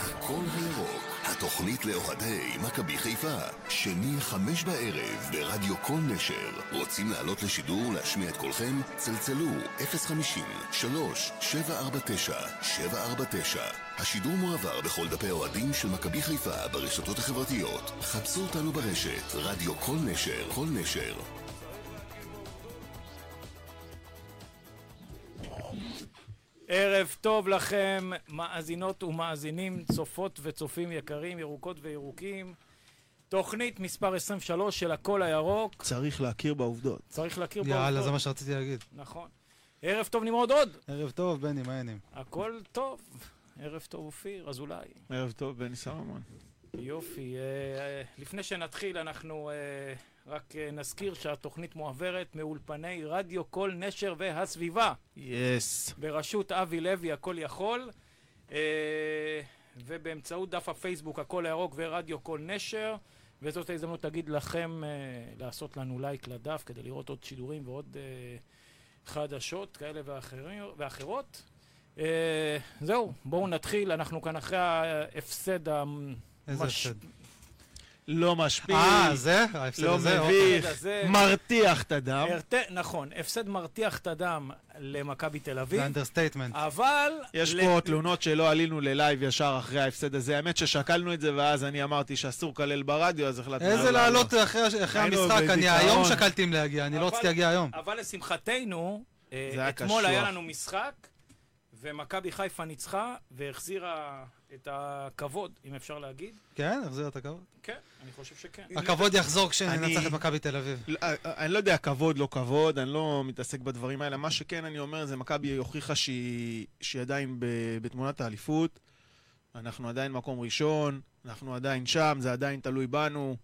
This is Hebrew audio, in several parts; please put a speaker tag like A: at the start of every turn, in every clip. A: הקול הירוק, התוכנית לאוהדי מכבי חיפה, שני חמש בערב ברדיו כל נשר. רוצים לעלות לשידור להשמיע את קולכם? צלצלו 050-3749-749. השידור מועבר בכל דפי האוהדים של מכבי חיפה ברשתות החברתיות. חפשו אותנו ברשת, רדיו כל נשר, כל נשר.
B: ערב טוב לכם, מאזינות ומאזינים, צופות וצופים יקרים, ירוקות וירוקים. תוכנית מספר 23 של הקול הירוק,
C: צריך להכיר בעובדות.
B: צריך להכיר
D: יאללה, זה
B: בעובדות.
D: מה שרציתי להגיד.
B: נכון. ערב טוב נמרוד עוד,
D: ערב טוב, בני, מה העניינים?
B: הכל טוב. ערב טוב אופיר, אזולאי.
C: ערב טוב, בני סממן.
B: יופי. אה, אה, לפני שנתחיל, אנחנו אה, רק אה, נזכיר שהתוכנית מועברת מאולפני רדיו קול נשר והסביבה.
C: יס.
B: בראשות אבי לוי, הכל יכול, אה, ובאמצעות דף הפייסבוק, הכל הירוק ורדיו כל נשר, וזאת ההזדמנות להגיד לכם אה, לעשות לנו לייק לדף כדי לראות עוד שידורים ועוד אה, חדשות כאלה ואחרים, ואחרות. אה, זהו, בואו נתחיל, אנחנו כאן אחרי ההפסד המ-
D: איזה
B: מש-
D: הפסד.
C: לא משפיל,
D: אה, זה? ההפסד
C: לא
D: הזה? אוקיי.
C: מביך,
B: ההפסד הזה.
C: מרתיח את הדם.
B: הרת- נכון, הפסד מרתיח את הדם למכבי תל
D: זה
B: אביב,
D: אנדרסטייטמנט.
B: אה, אבל...
C: יש
B: ל-
C: פה תלונות שלא עלינו ללייב ישר אחרי ההפסד הזה. האמת ששקלנו את זה, ואז אני אמרתי שאסור לקלל ברדיו, אז החלטנו...
D: איזה
C: לא
D: לעלות
C: לעלות.
D: אחרי אחרי
C: היינו
D: המשחק, אני
C: בדיכאון.
D: היום שקלתי אם להגיע, אני
B: אבל-
D: לא רציתי להגיע היום.
B: אבל לשמחתנו, אה,
C: זה היה
B: אתמול היה
C: קשוח.
B: לנו משחק, ומכבי חיפה ניצחה והחזירה את הכבוד, אם אפשר להגיד.
D: כן, החזיר את הכבוד.
B: כן, אני חושב שכן.
C: אוקיי,
D: הכבוד יחזור כשננצח
C: אני-
D: את מכבי תל אביב.
C: לא, אה, אה, אני לא יודע, כבוד, לא כבוד, אני לא מתעסק בדברים האלה. מה שכן אני אומר זה, מכבי הוכיחה שהיא שהיא עדיין ב- בתמונת האליפות. אנחנו עדיין מקום ראשון, אנחנו עדיין שם, זה עדיין תלוי בנו.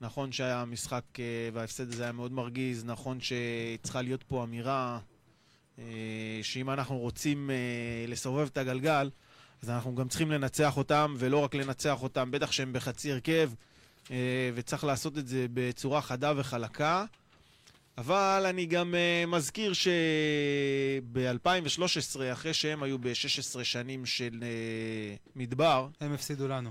C: נכון שהמשחק אה, וההפסד הזה היה מאוד מרגיז, נכון שצריכה להיות פה אמירה אה, שאם אנחנו רוצים אה, לסובב את הגלגל, אז אנחנו גם צריכים לנצח אותם, ולא רק לנצח אותם, בטח שהם בחצי הרכב, אה, וצריך לעשות את זה בצורה חדה וחלקה. אבל אני גם אה, מזכיר שב-2013, אחרי שהם היו ב-16 שנים של אה, מדבר,
D: הם הפסידו לנו.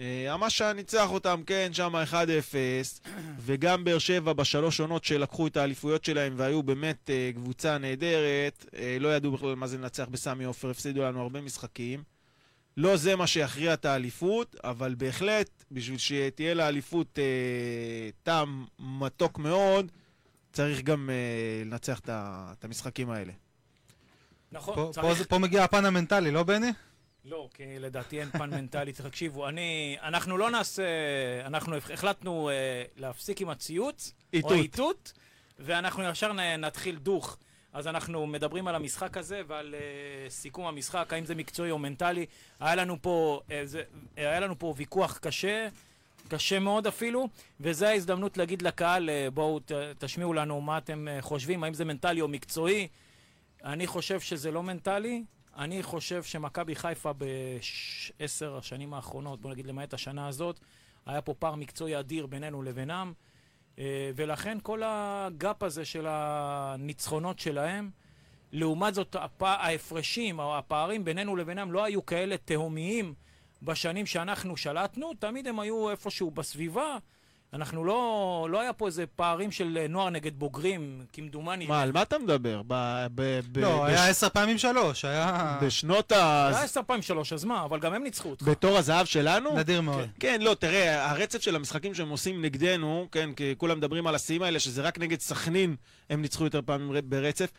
C: אה, המשה ניצח אותם, כן, שם 1-0, וגם באר שבע בשלוש עונות שלקחו את האליפויות שלהם והיו באמת אה, קבוצה נהדרת, אה, לא ידעו בכלל מה זה לנצח בסמי עופר, הפסידו לנו הרבה משחקים. לא זה מה שיכריע את האליפות, אבל בהחלט, בשביל שתהיה לאליפות אה, טעם מתוק מאוד, צריך גם אה, לנצח את ה- את המשחקים האלה.
B: נכון,
D: פה-
B: צריך...
D: פה- פה מגיע הפן המנטלי, לא בני?
B: לא, כי לדעתי אין פן מנטלי. תקשיבו, אני... אנחנו לא נעשה... אנחנו החלטנו אה, להפסיק עם הציוץ.
C: איתות.
B: או איתות, ואנחנו ישר נ- נתחיל דוך. אז אנחנו מדברים על המשחק הזה ועל uh, סיכום המשחק, האם זה מקצועי או מנטלי. היה לנו פה, uh, זה, היה לנו פה ויכוח קשה, קשה מאוד אפילו, וזו ההזדמנות להגיד לקהל, uh, בואו ת, תשמיעו לנו מה אתם uh, חושבים, האם זה מנטלי או מקצועי. אני חושב שזה לא מנטלי. אני חושב שמכבי חיפה בעשר השנים האחרונות, בוא נגיד למעט השנה הזאת, היה פה פער מקצועי אדיר בינינו לבינם. אה, ולכן כל הגאפ הזה של הניצחונות שלהם, לעומת זאת הפ... ההפרשים, או הפערים בינינו לבינם לא היו כאלה תהומיים בשנים שאנחנו שלטנו, תמיד הם היו איפשהו בסביבה. אנחנו לא, לא היה פה איזה פערים של אה, נוער נגד בוגרים, כמדומני.
C: מה, על מה אתה מדבר? ב- ב- ב-
D: לא,
C: בש-
D: היה עשר פעמים שלוש, היה
C: בשנות
B: זה
C: ה...
B: לא היה עשר פעמים שלוש, אז מה? אבל גם הם ניצחו אותך.
C: בתור הזהב שלנו?
D: נדיר מאוד.
C: כן, לא, תראה, הרצף של המשחקים שהם עושים נגדנו, כן, כי כולם מדברים על השיאים האלה, שזה רק נגד סכנין הם ניצחו יותר פעמים ר- ברצף,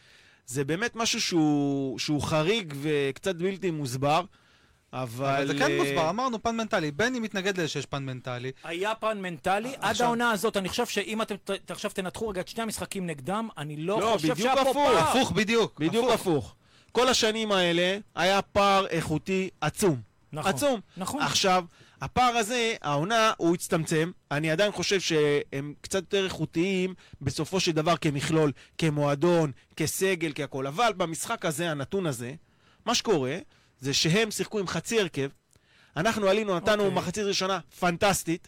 C: זה באמת משהו שהוא, שהוא חריג וקצת בלתי מוסבר, אבל...
D: אבל זה כן
C: אה,
D: מוסבר, אמרנו פן מנטלי. בני מתנגד לזה שיש פן מנטלי.
B: היה פן מנטלי עד
D: אה, עכשיו-
B: העונה הזאת. אני חושב שאם אתם ת- ת- עכשיו תנתחו רגע את שני המשחקים נגדם, אני לא,
C: לא,
B: חושב
C: בדיוק
B: שהיה פה
C: הפוך,
B: פער.
D: הפוך בדיוק.
C: בדיוק הפוך. כל השנים האלה היה פער איכותי עצום.
B: נכון.
C: עצום.
B: נכון.
C: עכשיו, הפער הזה, העונה, הוא הצטמצם. אני עדיין חושב שהם קצת יותר איכותיים בסופו של דבר כמכלול, כמועדון, כסגל, כהכול. אבל במשחק הזה, הנתון הזה, מה שקורה זה שהם שיחקו עם חצי הרכב. אנחנו עלינו, נתנו okay.
B: אוקיי.
C: מחצית ראשונה פנטסטית.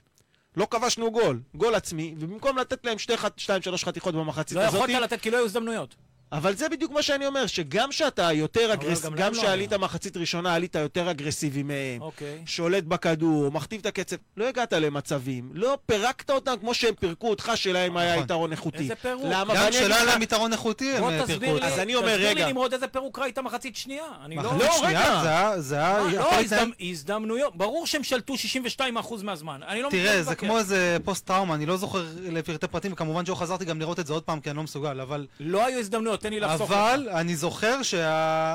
C: לא כבשנו גול, גול עצמי, ובמקום לתת להם שתי, חת- שתיים, שלוש חתיכות במחצית
B: לא
C: הזאת,
B: יכולת לתת כי לא היו הזדמנויות.
C: אבל זה בדיוק מה שאני אומר, שגם שאתה יותר
B: גם
C: אגרסיבי,
B: להם
C: גם
B: לא
C: שעלית
B: היה.
C: מחצית ראשונה, עלית יותר אגרסיבי מהם,
B: אוקיי.
C: שולט בכדור, מכתיב את הקצב, לא הגעת למצבים, לא פירקת אותם כמו שהם פירקו אותך, שלהם היה
D: נכון.
C: יתרון איכותי.
B: איזה פירוק?
C: למה?
D: גם
C: ואני
D: כשלא
C: אגיד
D: היה
C: לך-
D: להם יתרון איכותי, הם
B: בוא
D: אה, פירקו
B: תסביר
D: אותם.
B: לי,
C: אז אני אומר,
B: תסביר
C: רגע.
B: לי נמרוד איזה פירוק ראית מחצית שנייה. אני לא...
D: מחצית
C: לא,
D: שנייה,
C: רגע.
D: זה היה- זה היה...
B: מה, לא,
D: יכול
B: הזדמ-
D: להתנהל-
B: הזדמנויות. ברור שהם שלטו 62% מהזמן. אני לא
D: תראה, זה
B: מתווכח.
D: כמו איזה פוסט-טראומה, אני לא זוכר לפרטי פרטים, וכמובן שלא חזרתי גם לראות את זה עוד פעם, כי אני לא מסוגל, אבל...
B: לא היו הזדמנויות, תן לי לחסוך. לך.
D: אבל אני זוכר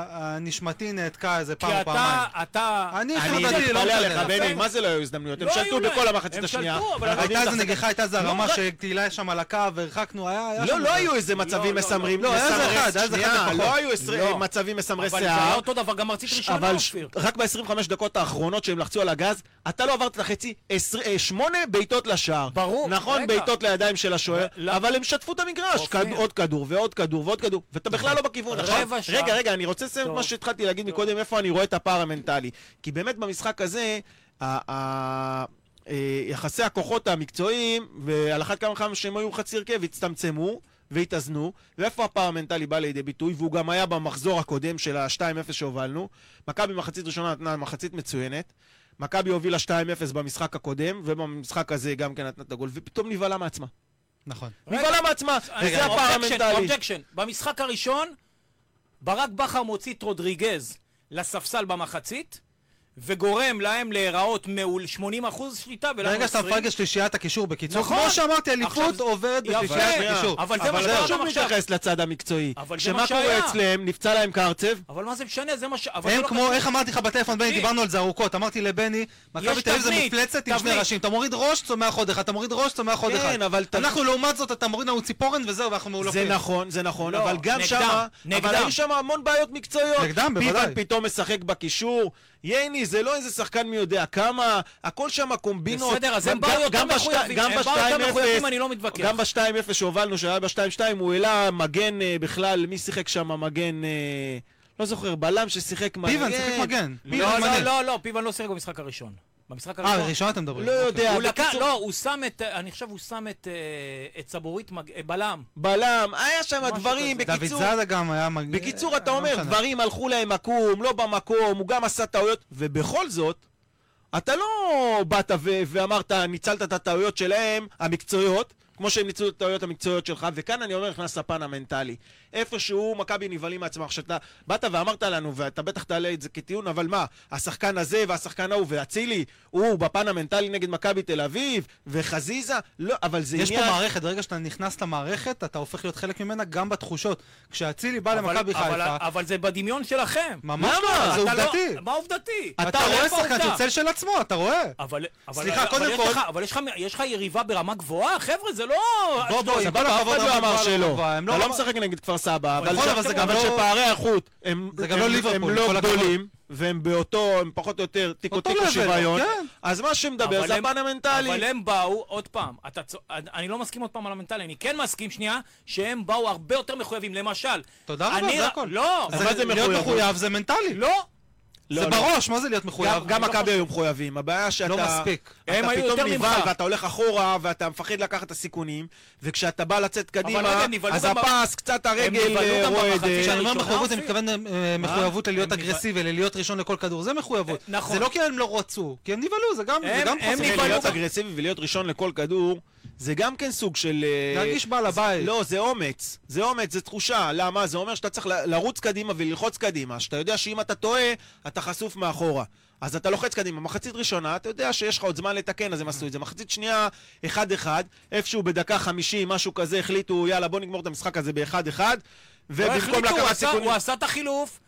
D: שהנשמתי נעתקה איזה פעם
B: כי
D: או פעמיים.
B: אתה, אתה...
D: אני
C: אני
D: חרדתי, לא
C: מתפלא
D: משנה.
C: עליך, בני, מה זה לא היו הזדמנויות? הם
B: לא היו
C: שלטו
B: להם.
C: בכל המחצית
B: הם
C: השנייה.
B: שלטו, אבל
C: אנחנו
D: הייתה איזה
C: יודעים לשחק
D: נגיחה, הייתה איזה
C: לא,
D: הרמה
C: רק-
D: שתהילה שם על הקו, והרחקנו, היה... היה
C: לא,
D: שם
C: לא
D: איזה-
C: היו איזה מצבים
B: לא,
C: מסמרים.
D: לא, היה איזה
C: מסמרי-
D: אחד, היה איזה
C: שנייה,
D: אחד פחות.
C: לא היו עשרה-
B: לא.
C: מצבים מסמרי
B: אבל זה לא- היה
C: שיער.
B: אותו דבר גם ארצית ראשונה,
C: אבל ש-
B: אופיר.
C: רק ב-25 דקות האחרונות שהם לחצו על הגז, אתה לא עברת את החצי, עשר- אה, שמונה בעיטות לשער.
B: ברור,
C: נכון,
B: רגע.
C: בעיטות לידיים של השוער,
B: ו- לא.
C: אבל הם שטפו את המגרש.
B: אופיר. נכון.
C: כד- עוד כדור ועוד כדור ועוד כדור, ואתה בכלל לא בכיוון.
B: רבע
C: עכשיו-
B: שעה.
C: רגע, רגע, אני רוצה לסיים את
B: טוב.
C: מה שהתחלתי להגיד מקודם, איפה אני רואה את הפער המנטלי. כי באמת במשחק הזה, ה- ה- אה, יחסי הכוחות המקצועיים, ועל אחת כמה וכמה שהם היו חצי הרכב, הצטמצמו. והתאזנו, ואיפה הפער המנטלי בא לידי ביטוי, והוא גם היה במחזור הקודם של ה-2-0 שהובלנו. מכבי מחצית ראשונה נתנה מחצית מצוינת. מכבי הובילה 2-0 במשחק הקודם, ובמשחק הזה גם כן נתנה את הגול, ופתאום נבהלה מעצמה.
D: נכון.
B: רגע.
C: נבהלה מעצמה,
B: רגע,
C: וזה הפער
B: objection,
C: המנטלי.
B: objection. במשחק הראשון, ברק בכר מוציא את רודריגז לספסל במחצית, וגורם להם להיראות מעול 80% שליטה, ולנו
D: ברגע שאתה
B: 20.
D: מפרק את שלישיית הקישור, בקיצור,
B: נכון.
D: כמו שאמרתי, אליפות
B: עכשיו-
D: עוברת
B: יפה.
D: בשלישיית
B: שנייה,
D: הקישור.
B: אבל זה מה
C: אבל
B: שקרה
C: זה חשוב
B: גם עכשיו.
C: להתייחס לצד המקצועי.
B: אבל זה מה
C: שמה
B: שהיה.
C: קורה אצלם, נפצע להם קרצב,
B: אבל מה זה משנה? זה מה ש... אבל זה
D: הם
B: לא
D: כמו,
B: קשור.
D: איך אמרתי לך בטלפון, בני,
B: תקשיב.
D: דיברנו על זה ארוכות, אמרתי לבני, מכבי תל אביב זה
B: תבנית,
D: מפלצת עם שני
B: תבנית.
D: ראשים, אתה מוריד ראש, צומח עוד אחד, אתה מוריד ראש, צומח עוד אחד.
C: כן, אבל ת-
D: אנחנו לעומת זאת, אתה מוריד לנו ציפורן וזהו, ואנחנו
C: זה
D: מעולפים.
C: נכון, זה נכון,
B: לא,
C: אבל גם
B: נגדם,
C: שמה,
B: נגדם.
C: אבל היו שם המון בעיות מקצועיות.
D: נגדם, בוודאי.
C: ביבן פתאום משחק בקישור, ייני זה לא איזה שחקן מי יודע כמה, הכל שם קומבינות.
B: בסדר, אז הם
C: גם-
B: באו יותר
C: גם בשתי-
B: מחויבים.
C: גם
B: הם באו יותר
C: ב-2-0,
B: מחויבים, אני לא מתווכח.
C: גם ב-2-0 שהובלנו, שהיה ב-2-2, הוא העלה מגן אה, בכלל, מי שיחק שם מגן... אה, לא זוכר, בלם ששיחק מגן.
D: ביבן, שיחק מגן.
B: לא,
D: ביבן
B: לא,
D: מגן.
B: לא, לא, פיבן לא שיחק במשחק הראשון. במשחק
D: אה,
B: הראשון...
D: ראשון אתם מדברים.
C: לא
D: אוקיי.
C: יודע,
B: הוא לקח,
C: בקיצור-
B: לא, הוא שם את, אה, אני חושב הוא שם את, אה, את סבורית מג... אה, בלם.
C: בלם, היה שם
B: משהו
C: דברים,
B: כזה.
D: דוד
C: בקיצור...
D: זאדה גם היה מגן.
C: בקיצור, אתה
D: לא
C: אומר,
D: משנה.
C: דברים הלכו להם עקום, לא במקום, הוא גם עשה טעויות, ובכל זאת, אתה לא באת ו- ואמרת, ניצלת את הטעויות שלהם, המקצועיות, כמו שהם ניצלו את הטעויות המקצועיות שלך, וכאן אני אומר, נכנס הפן המנטלי. איפשהו מכבי נבהלים מעצמם. עכשיו, אתה באת ואמרת לנו, ואתה בטח תעלה את זה כטיעון, אבל מה, השחקן הזה והשחקן ההוא ואצילי, הוא בפן המנטלי נגד מכבי תל אביב, וחזיזה, לא, אבל זה
D: יש
C: עניין...
D: פה מערכת, ברגע שאתה נכנס למערכת, אתה הופך להיות חלק ממנה גם בתחושות. כשאצילי בא
B: אבל-
D: אה, למכבי
B: אבל-
D: חיפה,
B: אבל זה בדמיון שלכם.
D: ממש
C: למה?
D: לא, זה
B: אתה לא-
D: עובדתי.
B: מה עובדתי?
D: אתה רואה
B: איפה
D: שחקן
B: העובדה?
D: שהוא צל של עצמו, אתה רואה.
C: אה,
B: אבל, אבל,
D: סליחה,
B: אבל,
D: קודם
B: אבל יש
D: כל-
B: לך, אבל יש לך, יש לך יריבה ברמה גבוהה, חבר'ה, זה לא...
D: בוא, בוא,
B: אשדוד.
D: עם כל
C: סבבה, אף
D: הכבוד,
C: אחד לא אמר שלא.
D: הם
C: אתה
D: לא-
C: לא משחק נגד כפר סבא, אבל
D: נכון, אבל זה גם
C: אבל
D: לא-
C: שפערי האיכות הם
D: זה גם
C: הם-
D: לא ליברפול,
C: הם
D: עם כל
C: לא
D: הכבוד.
C: גדולים, והם באותו, הם פחות או יותר טיקו
D: אותו
C: טיקו
D: level,
C: שוויון.
D: כן.
C: אז מה שמדבר
B: אבל
C: זה
B: הם-
C: הפן
B: אבל
C: המנטלי.
B: הם באו, עוד פעם, אתה, צו- אני לא מסכים עוד פעם על המנטלי, אני כן מסכים שנייה, שהם באו הרבה יותר מחויבים, למשל.
D: תודה רבה,
B: אני-
D: זה הכל.
B: לא,
C: אז מה זה
D: להיות
C: מחויב?
D: מחויב זה מנטלי.
B: לא.
C: לא,
D: זה
C: לא.
D: בראש, מה זה להיות מחויב?
C: גם- אה, גם
B: לא
C: מכבי היו מחויבים, הבעיה שאתה...
D: לא מספיק.
B: הם
C: אתה
B: היו
C: פתאום
B: יותר
C: נבהל
B: ממך.
C: ואתה הולך אחורה ואתה מפחד לקחת את הסיכונים וכשאתה בא לצאת
B: רגע,
C: קדימה
B: הם נבהלו
C: אז
B: גם ב-
C: הפס, קצת הרגל
B: נבהלו
C: אה,
B: גם
C: רועדת.
B: במחצית
D: כשאני אומר
B: הראשונה,
D: מחויבות, אני
B: אופיר?
D: מתכוון אה, מחויבות ללהיות
B: הם נבהל-
D: אגרסיבי, ללהיות ראשון לכל כדור, זה מחויבות.
B: אה, נכון.
D: זה לא כי הם לא רצו, כי הם נבהלו, זה גם זה
B: הם-
D: גם
B: הם
C: תראה,
D: חוסר
B: נבהלו.
D: אחריות.
C: להיות אגרסיבי ולהיות ראשון לכל כדור, זה גם כן סוג של... אה,
D: להרגיש בעל הבית.
C: לא, זה אומץ. זה אומץ, זה תחושה. למה? זה אומר שאתה צריך ל- לרוץ קדימה וללחוץ קדימה. שאתה יודע שאם אתה טועה, אתה חשוף מאחורה. אז אתה לוחץ קדימה. מחצית ראשונה, אתה יודע שיש לך עוד זמן לתקן, אז הם עשו את זה. מחצית שנייה, 1-1, איפשהו בדקה 50, משהו כזה, החליטו, יאללה, בוא נגמור את המשחק הזה ב-1-1,
B: לא
C: ובמקום
B: החליטו, הוא
C: לקחת
B: עשה- הוא
C: סיכונים...
B: עשה את החילוף,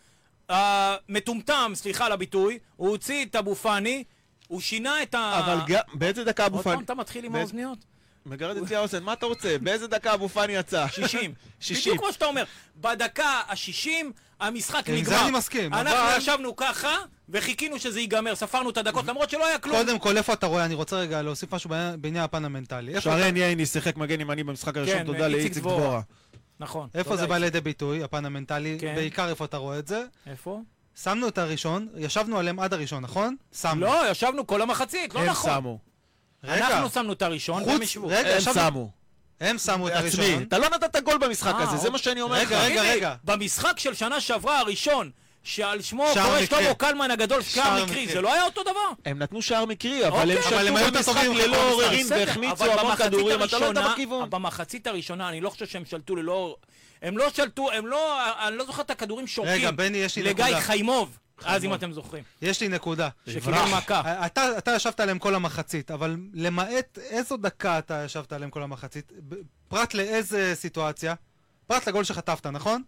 B: המטומטם, סליחה על הביטוי, הוא הוציא את אבו פאני, הוא שינה את ה...
C: אבל גם, באיזה דקה אבו
B: עוד פעם
C: פאני...
B: אתה מתחיל עם
C: באיזה-
B: האוזניות?
C: מגרד את לי האוזן, מה אתה רוצה? באיזה דקה אבו פאני יצא?
B: 60.
C: 60.
B: בדיוק כמו שאתה אומר, בדקה ה-60 המשחק
D: עם
B: נגמר.
D: כן, זה אני מסכים,
B: אנחנו
D: אבל-
B: ישבנו ככה, וחיכינו שזה ייגמר, ספרנו את הדקות, למרות שלא היה כלום.
D: קודם כל, איפה אתה רואה? אני רוצה רגע להוסיף משהו בעניין- בעניין הפן המנטלי. איפה אתה-
C: שרן ייני שיחק מגן ימני במשחק הראשון,
B: כן,
C: תודה
B: איציק
C: לאיציק
B: דבורה.
C: דבורה.
B: נכון.
D: איפה
B: תודה,
D: זה בא
B: איציק.
D: לידי ביטוי, הפן המנטלי?
B: כן.
D: בעיקר איפה אתה רואה את זה?
B: איפה?
D: שמנו את הראשון, ישבנו עליהם עד הראשון, נכון? שמנו.
B: לא, ישבנו כל המחצית, לא
C: הם
B: נכון.
C: שמו.
D: רגע,
B: אנחנו שמנו את הראשון, והם
D: חוץ,
B: ישבו.
D: רגע,
C: הם
D: ישבנו...
C: שמו.
D: הם שמו את
C: עצמי.
D: הראשון.
C: אתה לא נתת גול במשחק
B: אה,
C: הזה, זה
B: אוקיי.
C: מה שאני אומר לך.
D: רגע, רגע,
B: הנה,
D: רגע.
B: במשחק של שנה שעברה הראשון, שעל שמו
D: שער
B: קורא
D: מקרי.
B: שלמה קלמן הגדול, שער
D: שער
B: מקרי,
D: מקרי.
B: זה לא היה אותו דבר?
C: הם נתנו שער מקרי, אבל
B: אוקיי,
C: הם
B: אבל
C: שלטו
B: הם
D: היו
C: את
D: יותר
C: המשחק
D: טובים ממך
C: ללא
D: במשחק.
C: עוררין
B: בסדר,
C: והחמיצו
B: אבל
C: המון
B: במחצית
C: כדורים, אתה לא היית
B: הראשונה-
C: בכיוון.
B: במחצית הראשונה, אני לא חושב שהם שלטו ללא... הם לא שלטו, הם לא... אני לא זוכר את הכדורים שורקים.
D: רגע, בני, יש לי
B: לגיא
D: נקודה.
B: חיימוב, אז אם אתם זוכרים.
D: יש לי נקודה. אה,
B: שקיבל מכה.
D: אתה, אתה ישבת עליהם כל המחצית, אבל למעט איזו דקה אתה ישבת עליהם כל המחצית? ב- פרט לאיזה סיטואציה? פרט לגול שחטפת, נכון?